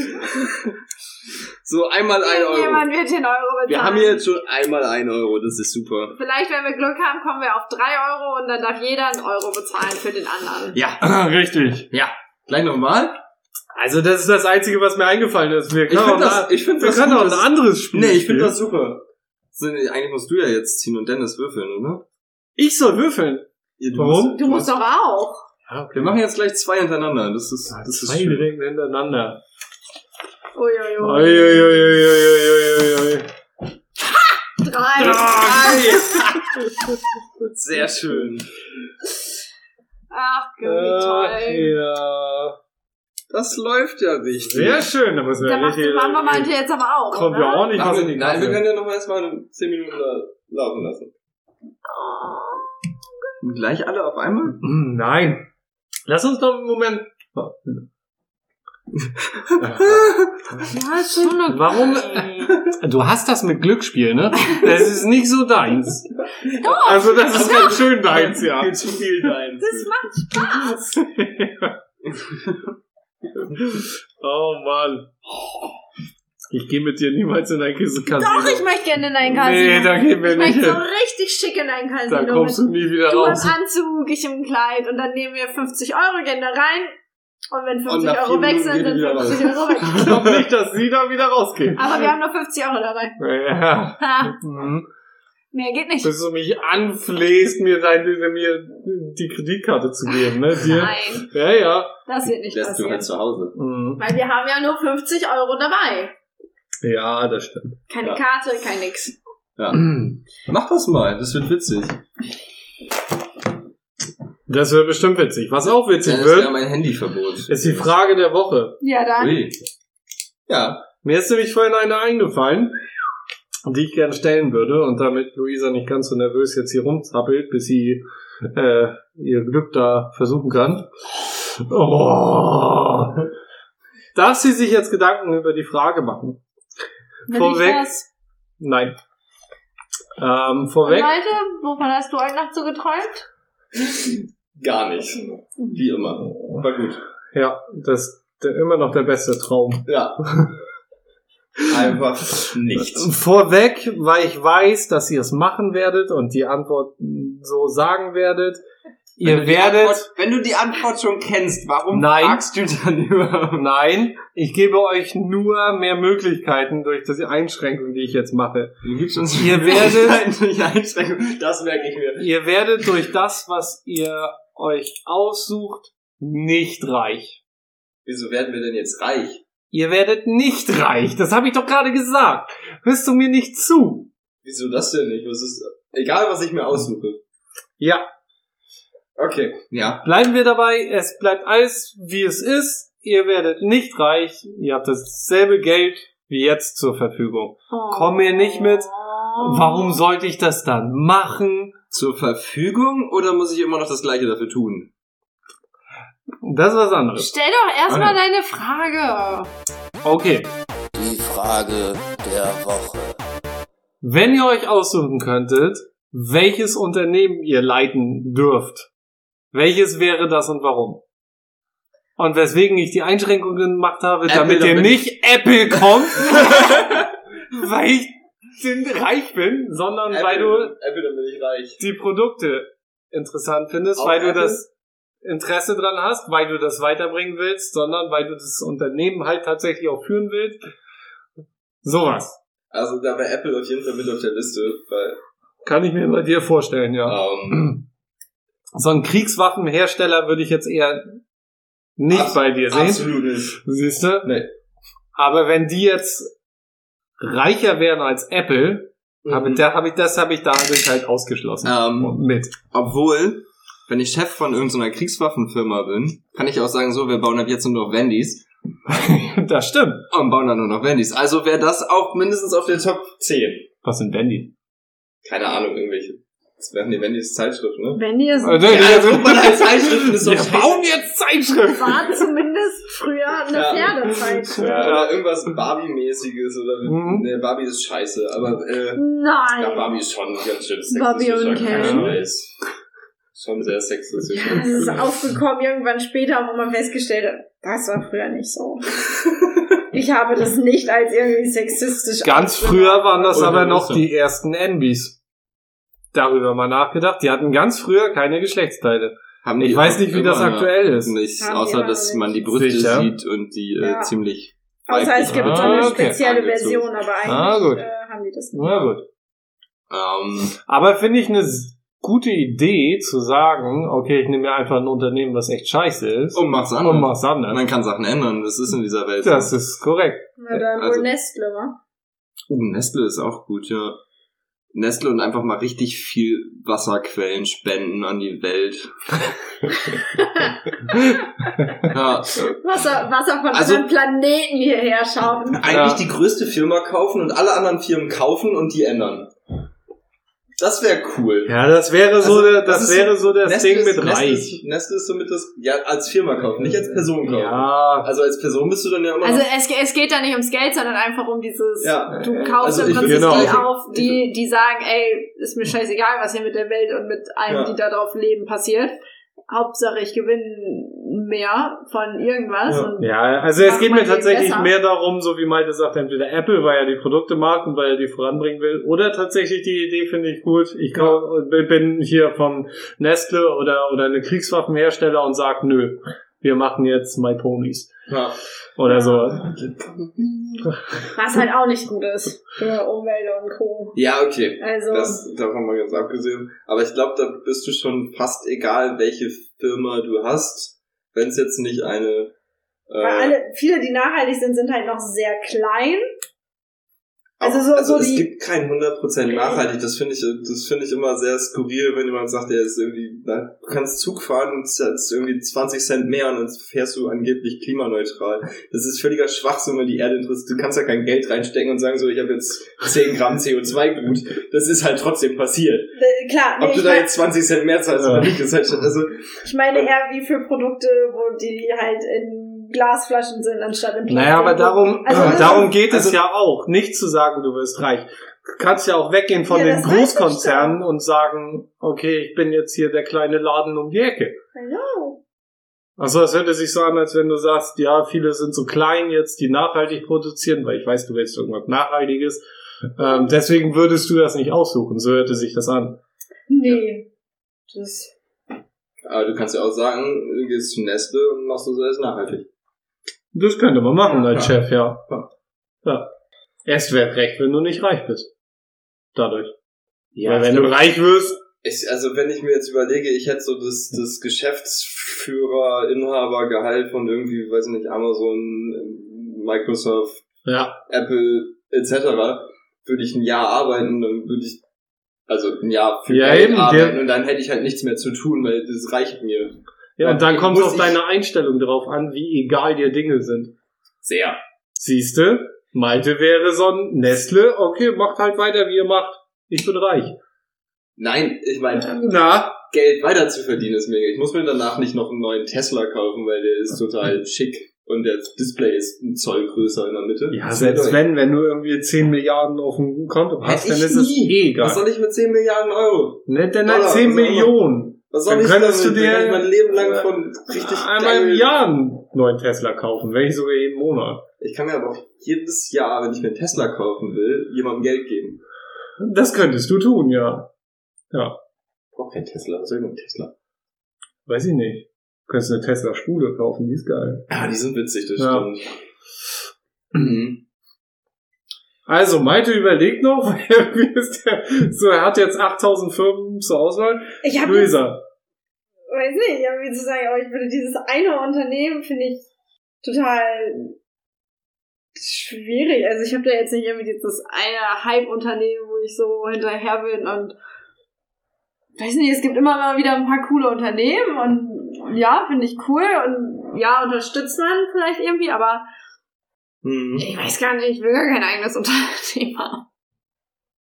so, einmal ein Euro. Irgendjemand wird den Euro bezahlen. Wir haben hier jetzt schon einmal ein Euro, das ist super. Vielleicht, wenn wir Glück haben, kommen wir auf 3 Euro und dann darf jeder einen Euro bezahlen für den anderen. Ja, Richtig. gleich nochmal. Also das ist das Einzige, was mir eingefallen ist. Wir Ich können, auch, finde das, das, ich find Genau, wir das können gut, auch ein dass- anderes Spiel Nee, ich spielen. finde das super. So, nee, eigentlich musst du ja jetzt ziehen und Dennis würfeln, oder? Ich soll würfeln. Ihr- Warum? Du musst doch auch. Wir machen jetzt gleich zwei hintereinander. Das ist, Ja, das ist zwei schön. direkt hintereinander. Uiuiui. Uiuiuiuiuiui. Drei. Sehr schön. Ach, wie Ach, toll. ja. Das läuft ja richtig. Sehr schön. Da müssen wir Dann machst richtig... du Mama meinte jetzt aber auch. Kommt ja oder? auch nicht was in die Nein, wir Nase. können ja noch erstmal 10 Minuten da laufen lassen. Gleich alle auf einmal? Hm, Nein. Lass uns doch einen Moment... Ja, ist schon okay. Warum- Du hast das mit Glücksspiel, ne? Das ist nicht so deins. Doch. Also das ist ganz schön deins, ja. Viel zu viel deins. Das macht Spaß. Oh Mann. Ich gehe mit dir niemals in ein Kas- Casino. Doch, ich möchte gerne in ein Casino. Nee, da gehen wir ich nicht möchte so hin. richtig schick in ein Casino. Da kommst du nie wieder Du im raus. Anzug, ich im Kleid und dann nehmen wir 50 Euro, gehen da rein und wenn Und 50 nach Euro vier weg Minuten sind, geht dann die wieder 50 Euro weg. Ich glaube nicht, dass sie da wieder rausgeht. Aber wir haben nur 50 Euro dabei. Ja. Ha, Mhm. mehr geht nicht. Bis du mich anflehst, mir, deine, mir die Kreditkarte zu geben, ne? Dir. Nein, Ja, ja. das wird nicht Lässt du halt passieren. zu Hause. Mhm. Weil wir haben ja nur 50 Euro dabei. Ja, das stimmt. Keine Ja. Karte, kein nix. Mach das mal, das wird witzig. Das wird bestimmt witzig. Was auch witzig Dennis, wir haben wird, ein Handyverbot. ist die Frage der Woche. Ja, dann. Ui. Ja. Mir ist nämlich vorhin eine eingefallen, die ich gern stellen würde und damit Luisa nicht ganz so nervös jetzt hier rumzappelt, bis sie äh, ihr Glück da versuchen kann. Oh. Darf sie sich jetzt Gedanken über die Frage machen? Will Vorweg. Ich das? Nein. Ähm, vorweg. Leute, wovon hast du heute Nacht so geträumt? Gar nicht. Wie immer. War gut. Ja, das ist der- immer noch der beste Traum. Ja. Einfach nichts. Vorweg, weil ich weiß, dass ihr es machen werdet und die Antwort so sagen werdet. Wenn Ihr du die werdet. Antwort, wenn du die Antwort schon kennst, warum Nein. fragst du dann über? Nein, ich gebe euch nur mehr Möglichkeiten durch die Einschränkung, die ich jetzt mache. Du gibst uns Ihr werdet, Nicht Einschränkung. Das merke ich mir. ihr werdet durch das, was ihr euch aussucht, nicht reich. Wieso werden wir denn jetzt reich? Ihr werdet nicht reich. Das habe ich doch gerade gesagt. Hörst du mir nicht zu? Wieso das denn nicht? Was ist, egal, was ich mir aussuche. Ja, Okay. Ja. Bleiben wir dabei, es bleibt alles, wie es ist. Ihr werdet nicht reich. Ihr habt dasselbe Geld wie jetzt zur Verfügung. Oh. Komm mir nicht mit. Oh. Warum sollte ich das dann machen? Zur Verfügung oder muss ich immer noch das gleiche dafür tun? Das ist was anderes. Stell doch erstmal Äh. deine Frage. Okay. Die Frage der Woche. Wenn ihr euch aussuchen könntet, welches Unternehmen ihr leiten dürft, welches wäre das und warum? Und weswegen ich die Einschränkungen gemacht habe, Apple, damit ihr damit- nicht Apple kommt, weil ich reich bin, sondern weil du Apple, dann bin ich reich. die Produkte interessant findest, Auf weil du Apple? das Interesse dran hast, weil du das weiterbringen willst, sondern weil du das Unternehmen halt tatsächlich auch führen willst. Sowas. Also da war Apple auf jeden Fall mit auf der Liste, weil Kann ich mir bei dir vorstellen, ja. ähm, So einen Kriegswaffenhersteller würde ich jetzt eher nicht Abs- bei dir sehen. absolut nicht. Siehst du? Nee. Aber wenn die jetzt reicher wären als Apple, Mhm. habe, da, habe ich, das habe ich dadurch halt ausgeschlossen. Ähm, Mit. obwohl, wenn ich Chef von irgendeiner Kriegswaffenfirma bin, kann ich auch sagen, so, wir bauen ab jetzt nur noch Wendys Das stimmt. und bauen dann nur noch Wendys. Also wäre das auch mindestens auf der Top. 10. Was sind denn die? Keine Ahnung, irgendwelche. Das werden die Wendys Zeitschrift, ne? Wenn ihr es Also, also, guck mal, da ist Zeitschriften, ist doch Wir scheiße. bauen jetzt Zeitschriften. war zumindest früher eine Ja. Pferdezeit. Ja, oder irgendwas Barbie-mäßiges oder äh, Mhm. ne, Barbie ist scheiße, aber äh, ja, Nein. Barbie ist schon ganz schön sexistisch. Barbie und ja, kein Ken. Scheiß. Schon sehr sexistisch. Ja, das Äh, ist aufgekommen irgendwann später, wo man festgestellt hat, das war früher nicht so. Ich habe das nicht als irgendwie sexistisch. Ganz früher waren das Oder aber noch Nüsse. die ersten Envies. Darüber mal nachgedacht. Die hatten ganz früher keine Geschlechtsteile. Haben die Ich weiß auch nicht, wie das immer noch aktuell ist. Nicht, Haben die außer immer dass noch man die nicht. Brüste Sicher. sieht und die äh, Ja. ziemlich. Außer es gibt so eine Ah, okay. spezielle Angezogen. Version, aber eigentlich Ah, gut. äh, haben die das nicht. Na gut. Ähm, Aber finde ich eine s- gute Idee zu sagen, okay, ich nehme mir einfach ein Unternehmen, was echt scheiße ist. und oh, mach's anders. und Oh, mach's anders. Man kann Sachen ändern, das ist in dieser Welt. Das ist korrekt. Na dann Also- wohl Nestle, wa? Oh, Nestle ist auch gut, ja. Nestle und einfach mal richtig viel Wasserquellen spenden an die Welt. ja, Wasser, Wasser von Also- anderen Planeten hierher schaffen. Ja. Eigentlich die größte Firma kaufen und alle anderen Firmen kaufen und die ändern. Das wäre cool. Ja, das wäre so, Also, der- das das, ist- wäre so das Nestle Ding ist- mit Nestle reich. Ist, Nestle ist somit das, ja, als Firma kaufen, nicht als Person kaufen. Ja, Also als Person bist du dann ja immer Also noch. es, es geht da nicht ums Geld, sondern einfach um dieses, Ja. du kaufst Also im ich- Prinzip genau. die auf, die, die sagen, ey, ist mir scheißegal, was hier mit der Welt und mit allen, Ja. die da drauf leben, passiert. Hauptsache ich gewinne mehr von irgendwas. Ja. Und Ja, also es Macht geht man mir den tatsächlich besser? mehr darum, so wie Malte sagt, entweder Apple, weil er die Produkte mag und weil er die voranbringen will, oder tatsächlich die Idee finde ich gut. Ich kau- bin hier von Nestle oder, oder eine Kriegswaffenhersteller und sag, nö, wir machen jetzt My Ponies. Ja. Oder so. Was halt auch nicht gut ist für Umwelt und Co. ja, okay. Also, Das davon mal ganz abgesehen. Aber ich glaube, da bist du schon fast egal, welche Firma du hast, wenn es jetzt nicht eine. Äh, weil alle, viele, die nachhaltig sind, sind halt noch sehr klein. Also so, also so die. es gibt kein 100% nachhaltig. Das finde ich, das finde ich immer sehr skurril, wenn jemand sagt, der ist irgendwie, na, du kannst Zug fahren und zahlst irgendwie 20 Cent mehr und dann fährst du angeblich klimaneutral. Das ist völliger Schwachsinn, weil die Erde interessiert. Du kannst ja kein Geld reinstecken und sagen so, ich habe jetzt 10 Gramm CO2 gut. Das ist halt trotzdem passiert. äh, klar, nee, Ob du ich, da mein, jetzt 20 Cent mehr zahlst oder Ja. nicht, ist halt schon, also, ich meine eher wie für Produkte, wo die halt in Glasflaschen sind, anstatt in Plastik. Naja, aber darum, Also, aber das- darum geht es also- ja auch. Nicht zu sagen, du wirst reich. Du kannst ja auch weggehen von Ja, den das weiß ich Großkonzernen und sagen, okay, ich bin jetzt hier der kleine Laden um die Ecke. Genau. Also das hört sich so an, als wenn du sagst, ja, viele sind so klein jetzt, die nachhaltig produzieren, weil ich weiß, du willst irgendwas Nachhaltiges. Ähm, deswegen würdest du das nicht aussuchen. So hörte sich das an. Nee. Das, aber du kannst ja auch sagen, du gehst zu Nestle und machst das alles nachhaltig. Das könnte man machen als Ja. Chef, ja. Ja. ja. Erst wäre recht, wenn du nicht reich bist. Dadurch. Ja, weil wenn du reich wirst, Ich, also wenn ich mir jetzt überlege, ich hätte so das, das Geschäftsführer, Inhabergehalt von irgendwie, weiß ich nicht, Amazon, Microsoft, ja, Apple etc., würde ich ein Jahr arbeiten, dann würde ich also ein Jahr für Ja, Geld eben, arbeiten der- und dann hätte ich halt nichts mehr zu tun, weil das reicht mir. ja, und dann Ich kommt es muss- auf deine Einstellung drauf an, wie egal dir Dinge sind. Sehr. Siehste, Malte wäre so ein Nestle, okay, macht halt weiter, wie ihr macht. Ich bin reich. Nein, ich meine, Na, Geld weiter zu verdienen ist mega. Ich muss mir danach nicht noch einen neuen Tesla kaufen, weil der ist total schick und der Display ist ein Zoll größer in der Mitte. Ja, selbst wenn, wenn du irgendwie 10 Milliarden auf dem Konto hast, Hätte dann ich ist es nie. eh Was egal. soll ich mit 10 Milliarden Euro? Ne, denn Dollar, halt was 10 auch immer. Millionen. Was soll Dann ich könntest damit? du Dann dir- kann ich mein Leben lang von richtig Einmal im geilen- Jahr einen neuen Tesla kaufen, wenn nicht sogar jeden Monat. Ich kann mir aber auch jedes Jahr, wenn ich mir einen Tesla kaufen will, jemandem Geld geben. Das könntest du tun, ja. Ja, Ich brauche keinen Tesla, was soll ich mit dem Tesla? weiß ich nicht. Du könntest eine Tesla-Spule kaufen, die ist geil. Ah, die sind witzig, das Ja. stimmt. Mhm. Also, Malte überlegt noch, wie ist der, so, er hat jetzt 8000 Firmen zur Auswahl. ich habe Luisa, weiß nicht, ich habe mir zu sagen, aber ich würde dieses eine Unternehmen finde ich total schwierig. Also ich habe da jetzt nicht irgendwie dieses eine Hype-Unternehmen, wo ich so hinterher bin und weiß nicht, es gibt immer mal wieder ein paar coole Unternehmen und ja, finde ich cool und ja, unterstützt man vielleicht irgendwie, aber Hm. Mhm. ich weiß gar nicht, ich will gar kein eigenes Unternehmen haben.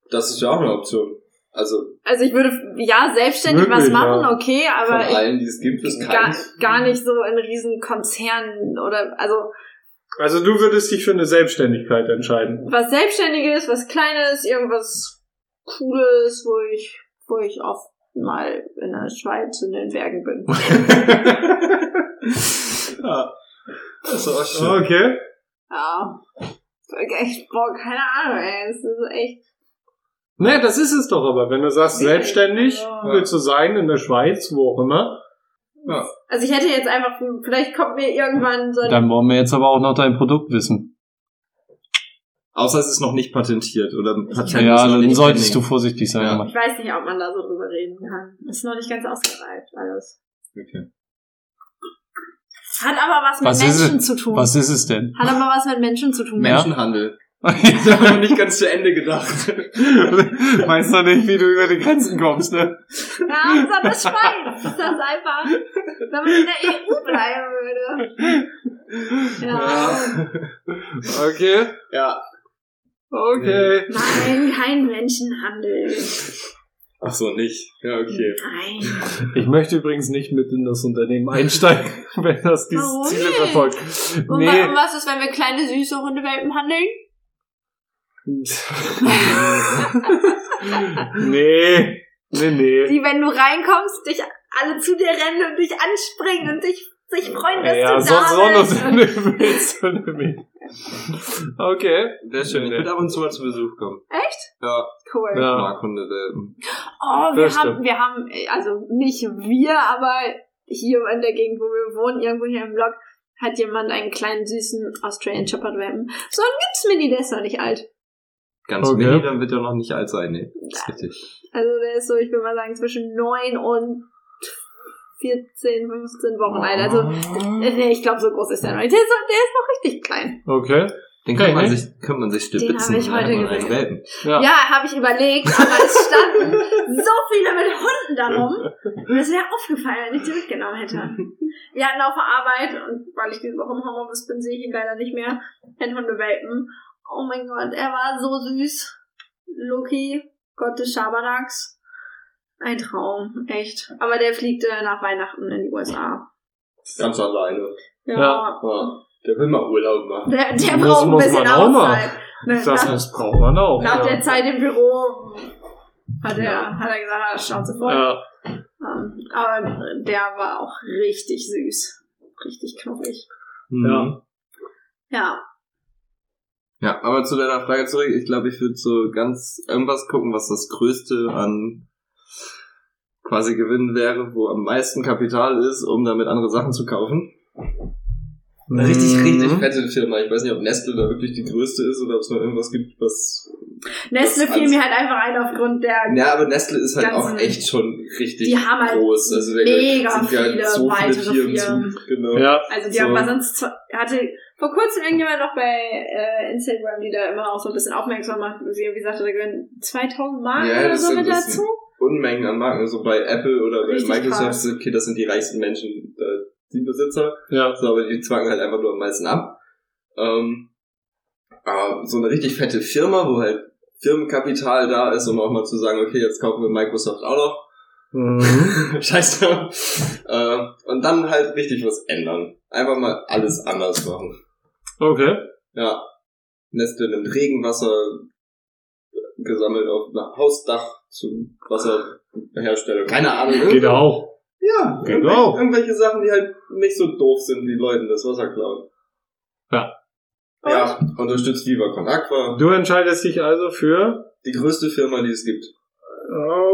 Das ist ja auch eine Option. Also Also ich würde ja selbstständig was Möglich, ja. machen, okay, von aber ich allen, die es gibt, ist gar, kein. gar nicht so in riesen Konzernen oder also also du würdest dich für eine Selbstständigkeit entscheiden. was Selbstständiges, was Kleines, irgendwas Cooles, wo ich wo ich oft mal in der Schweiz in den Bergen bin. ja. Das ist auch schön. Ah, Okay. ja. Ich, boah, keine Ahnung, ey. Es ist echt. Ne, das ist es doch aber. Wenn du sagst, Ja, selbstständig ja. willst du sein in der Schweiz, wo auch immer. Also ich hätte jetzt einfach, vielleicht kommt mir irgendwann so ein wollen wir jetzt aber auch noch dein Produkt wissen. Außer es ist noch nicht patentiert oder ein Patent Ja, ist noch dann nicht solltest du pending. vorsichtig sein. Ja. Mann. ich weiß nicht, ob man da so drüber reden kann. Ist noch nicht ganz ausgereift alles. Okay. Hat aber was mit Was ist Menschen zu tun. Was ist es denn? Hat aber was mit Menschen zu tun. Menschenhandel. Ich habe noch nicht ganz zu Ende gedacht. Weißt du nicht, wie du über die Grenzen kommst, ne? Ja, unser Schweiz ist das einfach. Wenn man in der EU bleiben würde. Ja. Okay. Ja. Okay. Nein, kein Menschenhandel. Ach so, nicht. Ja, okay. Nein. Ich möchte übrigens nicht mit in das Unternehmen einsteigen, wenn das dieses Warum Ziel nicht? verfolgt. Und, wa- und was ist, wenn wir kleine, süße Hundewelpen handeln? nee. Nee, nee. Die, wenn du reinkommst, dich alle zu dir rennen und dich anspringen und dich, sich freuen, dass ja, du so, da so eine bist. Sünde willst du nämlich. Okay. Sehr schön. Ich Nee. würde Äh, ab und zu mal zu Besuch kommen. Echt? Ja, Cool. Ja. Markhunde Welpen. Oh, wir Das stimmt. haben, wir haben, äh, also nicht wir, aber hier in der Gegend, wo wir wohnen, irgendwo hier im Block, hat jemand einen kleinen süßen Australian Shepherd Welpen. So einen gibt's mir nicht, der ist noch nicht alt. Ganz Okay. mini, dann wird er noch nicht alt sein. Nee, ist richtig. Also der ist so, ich will mal sagen, zwischen 9 und 14, 15 Wochen alt. Also äh, nee, ich glaube, so groß ist der noch nicht. Der ist, der ist noch richtig klein. Okay. Den Okay, könnte man ne? sich, könnte man sich Den stibitzen. habe ich dann hat heute man einen gesehen. Welpen. Ja. Ja, habe ich überlegt, aber es standen so viele mit Hunden darum. Und es wäre aufgefallen, wenn ich die mitgenommen hätte. Wir hatten auf der Arbeit, und weil ich diese Woche im Homeoffice bin, sehe ich ihn leider nicht mehr, einen Hundewelpen. Oh mein Gott, er war so süß. Loki, Gott des Schabernacks. Ein Traum, echt. Aber der fliegt äh, nach Weihnachten in die USA. Ganz alleine. Ja. Ja. Ja. Der will mal Urlaub machen. Der, der Muss- braucht ein muss bisschen man auch mal. Auszeit. Ne, Das, nach- das braucht man auch. Nach der Ja. Zeit im Büro hat er, hat er gesagt, ah, Schnauze voll. Ja. Ähm, aber der war auch richtig süß. Richtig knuffig. Mhm. Ja. Ja. Ja, aber zu deiner Frage zurück, ich glaube, ich würde so ganz irgendwas gucken, was das Größte an quasi Gewinn wäre, wo am meisten Kapital ist, um damit andere Sachen zu kaufen. Eine richtig, richtig Mhm. fette Firma. Ich weiß nicht, ob Nestle da wirklich die größte ist oder ob es noch irgendwas gibt, was. Nestle Das fiel alles- mir halt einfach ein aufgrund der. Ja, aber Nestle ist halt Ganzen- auch echt schon richtig Die haben halt groß. Also da mega sind ja viele so viele weitere Firmen, Firmen. Zu, genau. Ja. Also die So. haben war sonst zwei- hatte vor kurzem irgendjemand noch bei äh, Instagram, die da immer auch so ein bisschen aufmerksam macht, wo sie irgendwie sagte, da gehören 2000 Mark Ja, oder das so sind- mit das dazu. Unmengen an Marken. Also bei Apple oder bei Richtig Microsoft, krass. sind- okay, das sind die reichsten Menschen, äh, die Besitzer. Ja. So, aber die zwangen halt einfach nur am meisten ab. Ähm, aber so eine richtig fette Firma, wo halt Firmenkapital da ist, um auch mal zu sagen, okay, jetzt kaufen wir Microsoft auch noch. Mhm. Scheiß drauf. Äh, und dann halt richtig was ändern. Einfach mal alles anders machen. Okay. Ja. Nestle nimmt Regenwasser gesammelt auf einem Hausdach zu Wasserherstellung. Keine Ahnung. Geht auch. Ja, Geht irgendwelche, auch. irgendwelche Sachen, die halt nicht so doof sind, wie Leuten das Wasser klauen. Ja. Ja, unterstützt lieber Aqua, Du entscheidest dich also für. die größte Firma, die es gibt.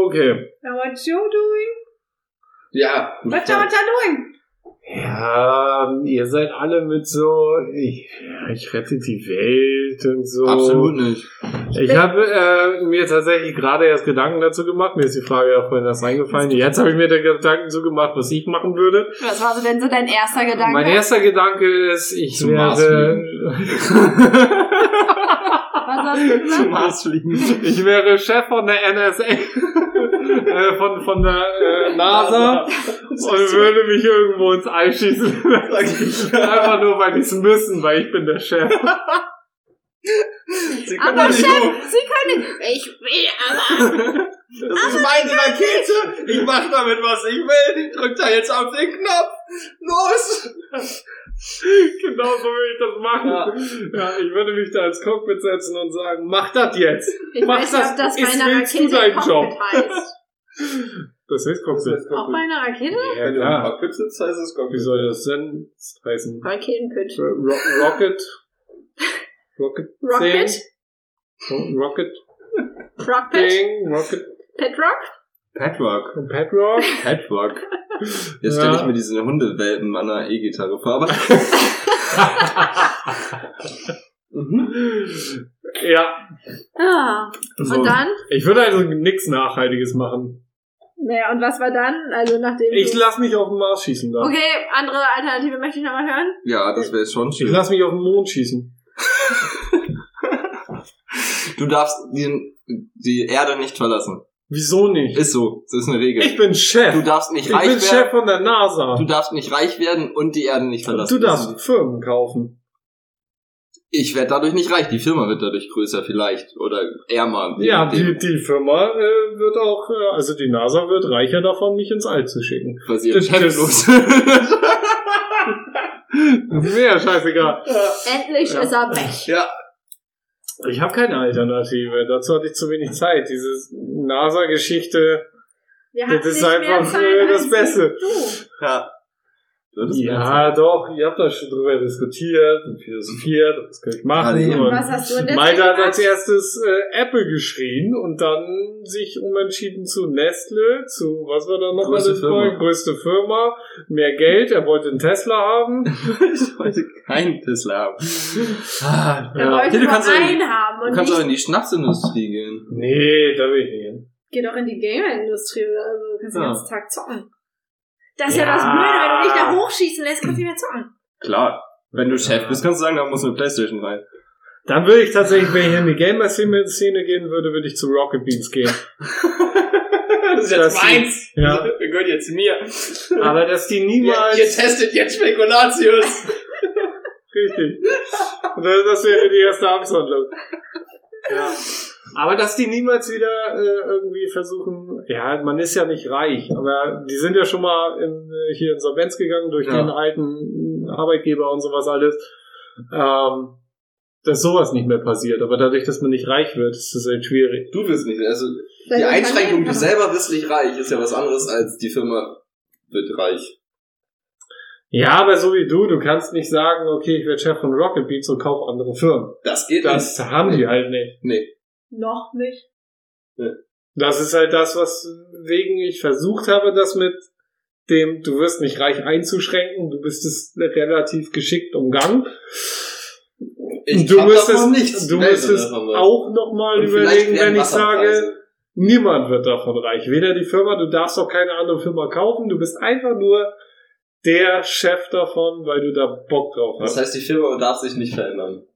Okay. Now what you doing? Ja, gut, What you what you doing? Ja, ihr seid alle mit so, ich, ja, ich rette die Welt und so. Absolut nicht. Ich habe äh, mir tatsächlich gerade erst Gedanken dazu gemacht. Mir ist die Frage ja vorhin erst eingefallen. Jetzt habe ich mir den Gedanken zu gemacht, was ich machen würde. Was war so denn so dein erster Gedanke? Mein erster Gedanke ist, ich Zum Mars wäre. Was hast du gesagt? Mars fliegen. ich wäre Chef von der NSA, äh, von, von der äh, NASA und würde mich irgendwo ins All schießen. Einfach nur, weil die es müssen, weil ich bin der Chef. Sie können Aber nicht Chef, hoch. Sie können. Ich will aber. Das ist meine Rakete. Ich mach damit, was ich will. Drück da jetzt auf den Knopf. Los! genau so würde ich das machen. Ja. ich würde mich da ins Cockpit setzen und sagen, mach das jetzt. Ich Mach weiß nicht, das. ob das Ist- bei einer willst du Rakete deinen Cockpit heißt. Das ist Cockpit. Auch bei einer Rakete? Ja, Wenn du ein ja. paar Pips sitzt, heißt es Wie soll das denn heißen? Raketenpitch. Ro Rocket. Rocket. Rocket? Ding. Rocket Rockpit? Ding. Rocket. Petrock? Padrock. Padrock. Padrock. Jetzt stelle Ja. ich mir diese Hundewelpen an einer E-Gitarre vor, aber Mhm. ja. Ah. so, Und dann? Ich würde also nichts Nachhaltiges machen. Naja, und was war dann? Also nachdem. Ich du- lass mich auf den Mars schießen da. Okay, andere Alternative möchte ich nochmal hören. ja, das wäre schon Ich schön. lass mich auf den Mond schießen. Du darfst die, die Erde nicht verlassen. Wieso nicht? Ist so, das ist eine Ich Regel. bin Chef. Du darfst nicht ich reich bin werden. Chef von der NASA. Du darfst nicht reich werden und die Erde nicht verlassen. du darfst Firmen kaufen. Ich werde dadurch nicht reich. Die Firma wird dadurch größer vielleicht oder ärmer. je Ja, nachdem, die, die Firma äh, wird auch, äh, also die NASA wird reicher davon, mich ins All zu schicken. weil sie ihren das- Chef das- los. Das ist mir ja scheißegal. Endlich Ja. ist er weg. Ich habe keine Alternative. Dazu hatte ich zu wenig Zeit. Diese NASA-Geschichte, Wir das hatten ist nicht mehr einfach Zeit äh, als das Beste. Du. ja. Das ist Ja, doch, ihr habt da schon drüber diskutiert und philosophiert, und das kann ich machen. Gerade eben. und Was hast du in der Zeit Malte hat als gemacht? erstes äh, Apple geschrien und dann sich umentschieden zu Nestle, zu was war da noch Größte alles Firma. bei? Größte Firma, mehr Geld, er wollte einen Tesla haben. Ich wollte keinen Tesla haben. Ah, Er wollte Hier, du nur kannst auch in- einen haben Du und kannst auch nicht. in die Schnapsindustrie gehen. Nee, da will ich nicht hin. Geh doch in die Gamer-Industrie oder so. Du kannst Ja. den ganzen Tag zocken. Das ist ja. Ja. das Blöde, wenn du dich da hochschießen lässt, kannst du nicht mehr zocken. Klar. Wenn du Chef bist, kannst du sagen, da muss eine Playstation rein. Dann würde ich tatsächlich, wenn ich in die Gamer-Szene gehen würde, würde ich zu Rocket Beans gehen. Das ist Das jetzt ist- meins. ja. Das gehört jetzt mir. Aber dass die Ihr, ihr niemals... testet jetzt Spekulatius. Richtig. Und das das wäre die erste Amtshandlung. Ja. Aber dass die niemals wieder äh, irgendwie versuchen, ja, man ist ja nicht reich, aber die sind ja schon mal in, äh, hier in Solvenz gegangen durch Ja. den alten Arbeitgeber und sowas alles. Ähm, dass sowas nicht mehr passiert, aber dadurch, dass man nicht reich wird, ist das halt schwierig. Du wirst nicht, also Dann die kann Einschränkung, du einfach- selber wirst nicht reich, ist ja was anderes als die Firma wird reich. Ja, aber so wie du, du kannst nicht sagen, okay, ich werde Chef von Rocket Beats und kauf andere Firmen. Das geht nicht. Das haben die halt nicht. Noch nicht. Das ist halt das, was wegen ich versucht habe, das mit dem, du wirst nicht reich einzuschränken, du bist es relativ geschickt umgangen. Ich du hab müsstest, davon nichts. du Nein, müsstest davon was. auch nochmal Und vielleicht überlegen, werden wenn ich sage, Wasserpreise. niemand wird davon reich. Weder die Firma, du darfst auch keine andere Firma kaufen, du bist einfach nur der Chef davon, weil du da Bock drauf hast. Das heißt, die Firma darf sich nicht verändern.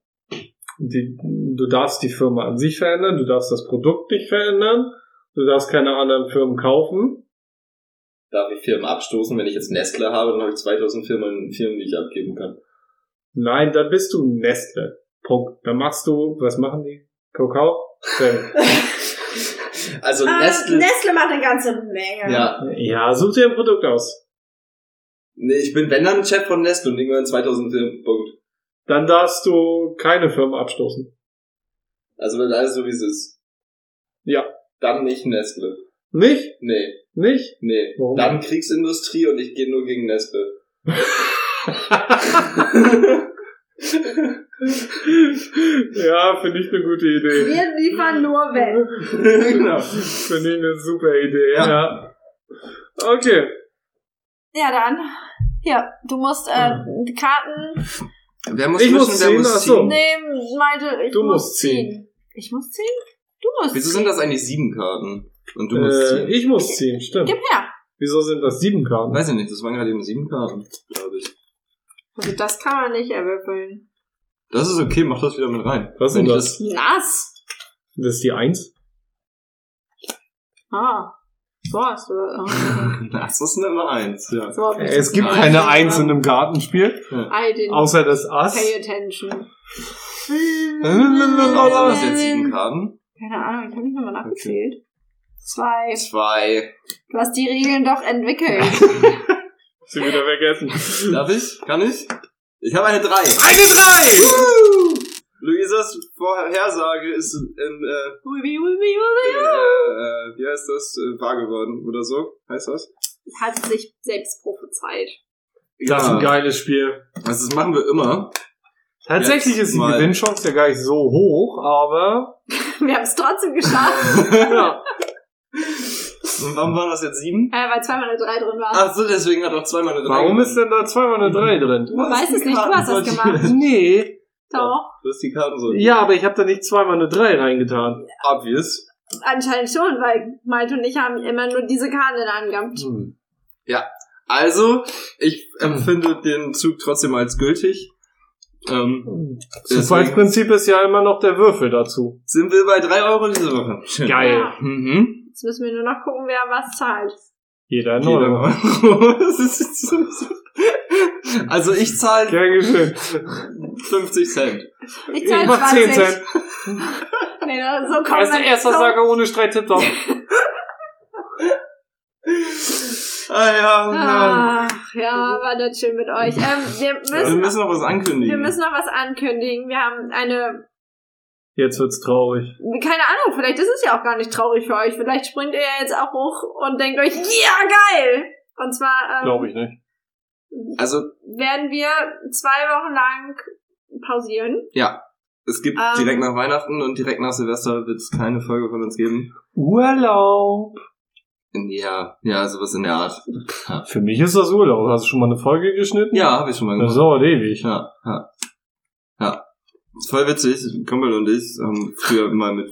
die, du darfst die Firma an sich verändern, du darfst das Produkt nicht verändern, du darfst keine anderen Firmen kaufen. Darf ich Firmen abstoßen? Wenn ich jetzt Nestle habe, dann habe ich 2000 Firmen, Firmen, die ich abgeben kann. Nein, dann bist du Nestle. Punkt. Dann machst du, was machen die? Kakao? Senf. Also Ah, Nestle... Nestle macht eine ganze Menge. ja, ja, such dir ein Produkt aus. nee, ich bin, wenn dann Chef von Nestle und irgendwann 2000 Firmen, Punkt. Dann darfst du keine Firma abstoßen. Also wenn alles so wie es ist. Ja. Dann nicht Nestle. Nicht? Nee, Nicht? nee. Warum? Dann Kriegsindustrie und ich gehe nur gegen Nestle. ja, finde ich eine gute Idee. Wir liefern nur wenn. genau. Finde ich eine super Idee, ja. Okay. Ja, dann. Ja, du musst äh, die Karten Wer muss Ich muss zwischen, wer ziehen, muss ach so. ziehen? nehmen, meinte ich. Du muss musst ziehen. Ich muss ziehen? Du musst Wieso sind ziehen. das eigentlich sieben Karten? Und du musst Äh, ziehen? ich muss ziehen, stimmt. Gib her. Wieso sind das sieben Karten? Weiß ich nicht, das waren gerade eben sieben Karten, glaube ich. Also das kann man nicht erwürfeln. Das ist okay, mach das wieder mit rein. Was ist Wenn denn ich das? Nass. Das ist die Eins? Ah. So hast du. ah. Das ist eine Nummer eins, ja. So hab ich Es das gibt gemacht. keine Eins in einem Gartenspiel. All den Außer das Ass. Pay attention. Warum sind das jetzt sieben Karten? Keine Ahnung, ich habe nicht nochmal nachgezählt. Zwei. Zwei. Du hast die Regeln doch entwickelt. Sie wieder vergessen. Darf ich? Kann ich? Ich habe eine drei. Eine drei! Luisas Vorhersage ist in, äh, Wibi, wibi, wibi. äh, äh, wie heißt das? Äh, wahr geworden oder so? Heißt das? Hat sich selbst prophezeit. Das ist ein geiles Spiel. Also das machen wir immer. Tatsächlich Jetzt ist die mal. Gewinnchance ja gar nicht so hoch, aber Wir haben es trotzdem geschafft, ja. Und warum waren das jetzt sieben? äh, weil zweimal eine 3 drin war. Ach so, deswegen hat auch zweimal eine drei. warum gewonnen. ist denn da zweimal eine 3 drin? du weißt es nicht, du hast das gemacht. Nee. Doch, Du hast die Karten so Ja, aber ich habe da nicht zweimal eine 3 reingetan. obvious. anscheinend schon, weil Malte und ich haben immer nur diese Karte in der Hand gehabt. Hm. Also, ich empfinde den Zug trotzdem als gültig. Ähm, Zufallsprinzip ist ja immer noch der Würfel dazu. sind wir bei drei Euro diese Woche. Schön. Geil. Ja. Mhm. Jetzt müssen wir nur noch gucken, wer was zahlt. Jeder Jeder neu. Euro. Das ist so- also ich zahle Gern geschehen. 50 Cent. Ich Ich zahle mach 20. 10 Cent. Nee, da- so kommen Erster, wir erster so, Sager ohne Streit tipp top. Ah ja, Mann. Ach, ja, war das schön mit euch. Ähm, Ah, wir, Wir müssen, müssen noch was ankündigen. wir müssen noch was ankündigen. Wir haben eine Jetzt wird's traurig. Keine Ahnung, vielleicht ist es ja auch gar nicht traurig für euch. Vielleicht springt ihr ja jetzt auch hoch und denkt euch, ja, geil! Und zwar ähm, Glaube ich nicht. also, werden wir zwei Wochen lang pausieren. es gibt Ähm. direkt nach Weihnachten und direkt nach Silvester wird es keine Folge von uns geben. Urlaub. Ja, ja, sowas in der Art. Für mich ist das Urlaub. Hast du schon mal eine Folge geschnitten? Ja, habe ich schon mal Das gemacht. dauert ewig. Ja, ja. Ja. Ist voll witzig. Ein Kumpel und ich haben früher immer mit,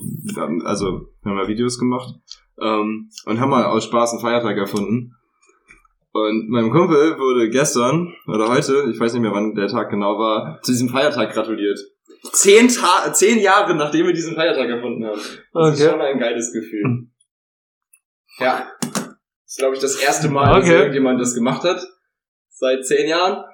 also, wir haben mal Videos gemacht. Ähm, und haben mal aus Spaß einen Feiertag erfunden. Und meinem Kumpel wurde gestern oder heute, ich weiß nicht mehr wann der Tag genau war, zu diesem Feiertag gratuliert. Zehn, Ta zehn Jahre, nachdem wir diesen Feiertag erfunden haben. Das ist Okay. schon ein geiles Gefühl. Ja. Das ist, glaube ich, das erste Mal, dass Okay. irgendjemand das gemacht hat. Seit zehn Jahren.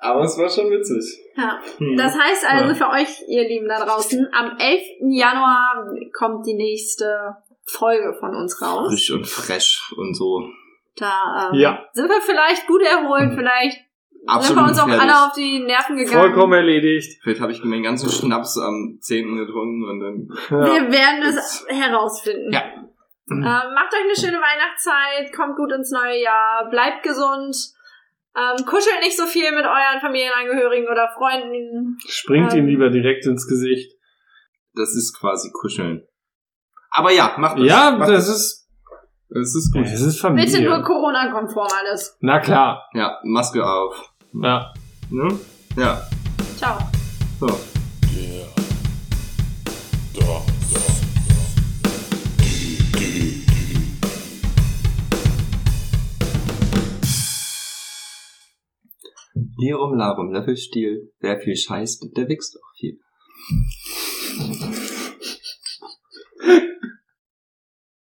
Aber es war schon witzig. Ja. Hm. Das heißt also für euch, ihr Lieben da draußen, am 11. Januar kommt die nächste Folge von uns raus. Frisch und fresh und so. Da ähm, Ja. sind wir vielleicht gut erholt, vielleicht sind wir Absolut uns auch fertig. alle auf die Nerven gegangen. Vollkommen erledigt. Vielleicht habe ich meinen ganzen Schnaps am 10. getrunken und dann... Ja. Wir werden es herausfinden. Ja. Ähm, macht euch eine schöne Weihnachtszeit, kommt gut ins neue Jahr, bleibt gesund, ähm, kuschelt nicht so viel mit euren Familienangehörigen oder Freunden. Springt Ähm. ihm lieber direkt ins Gesicht. Das ist quasi kuscheln. Aber ja, mach das. Ja, mach das ist, Das ist gut. das ist Bitte nur Familie. Corona-konform alles. Na klar. Ja, Maske auf. Ja. Ne? Ja. Ciao. Der das, die, die, die. Lirum Larum, Löffelstiel, wer viel scheißt, der wächst auch viel.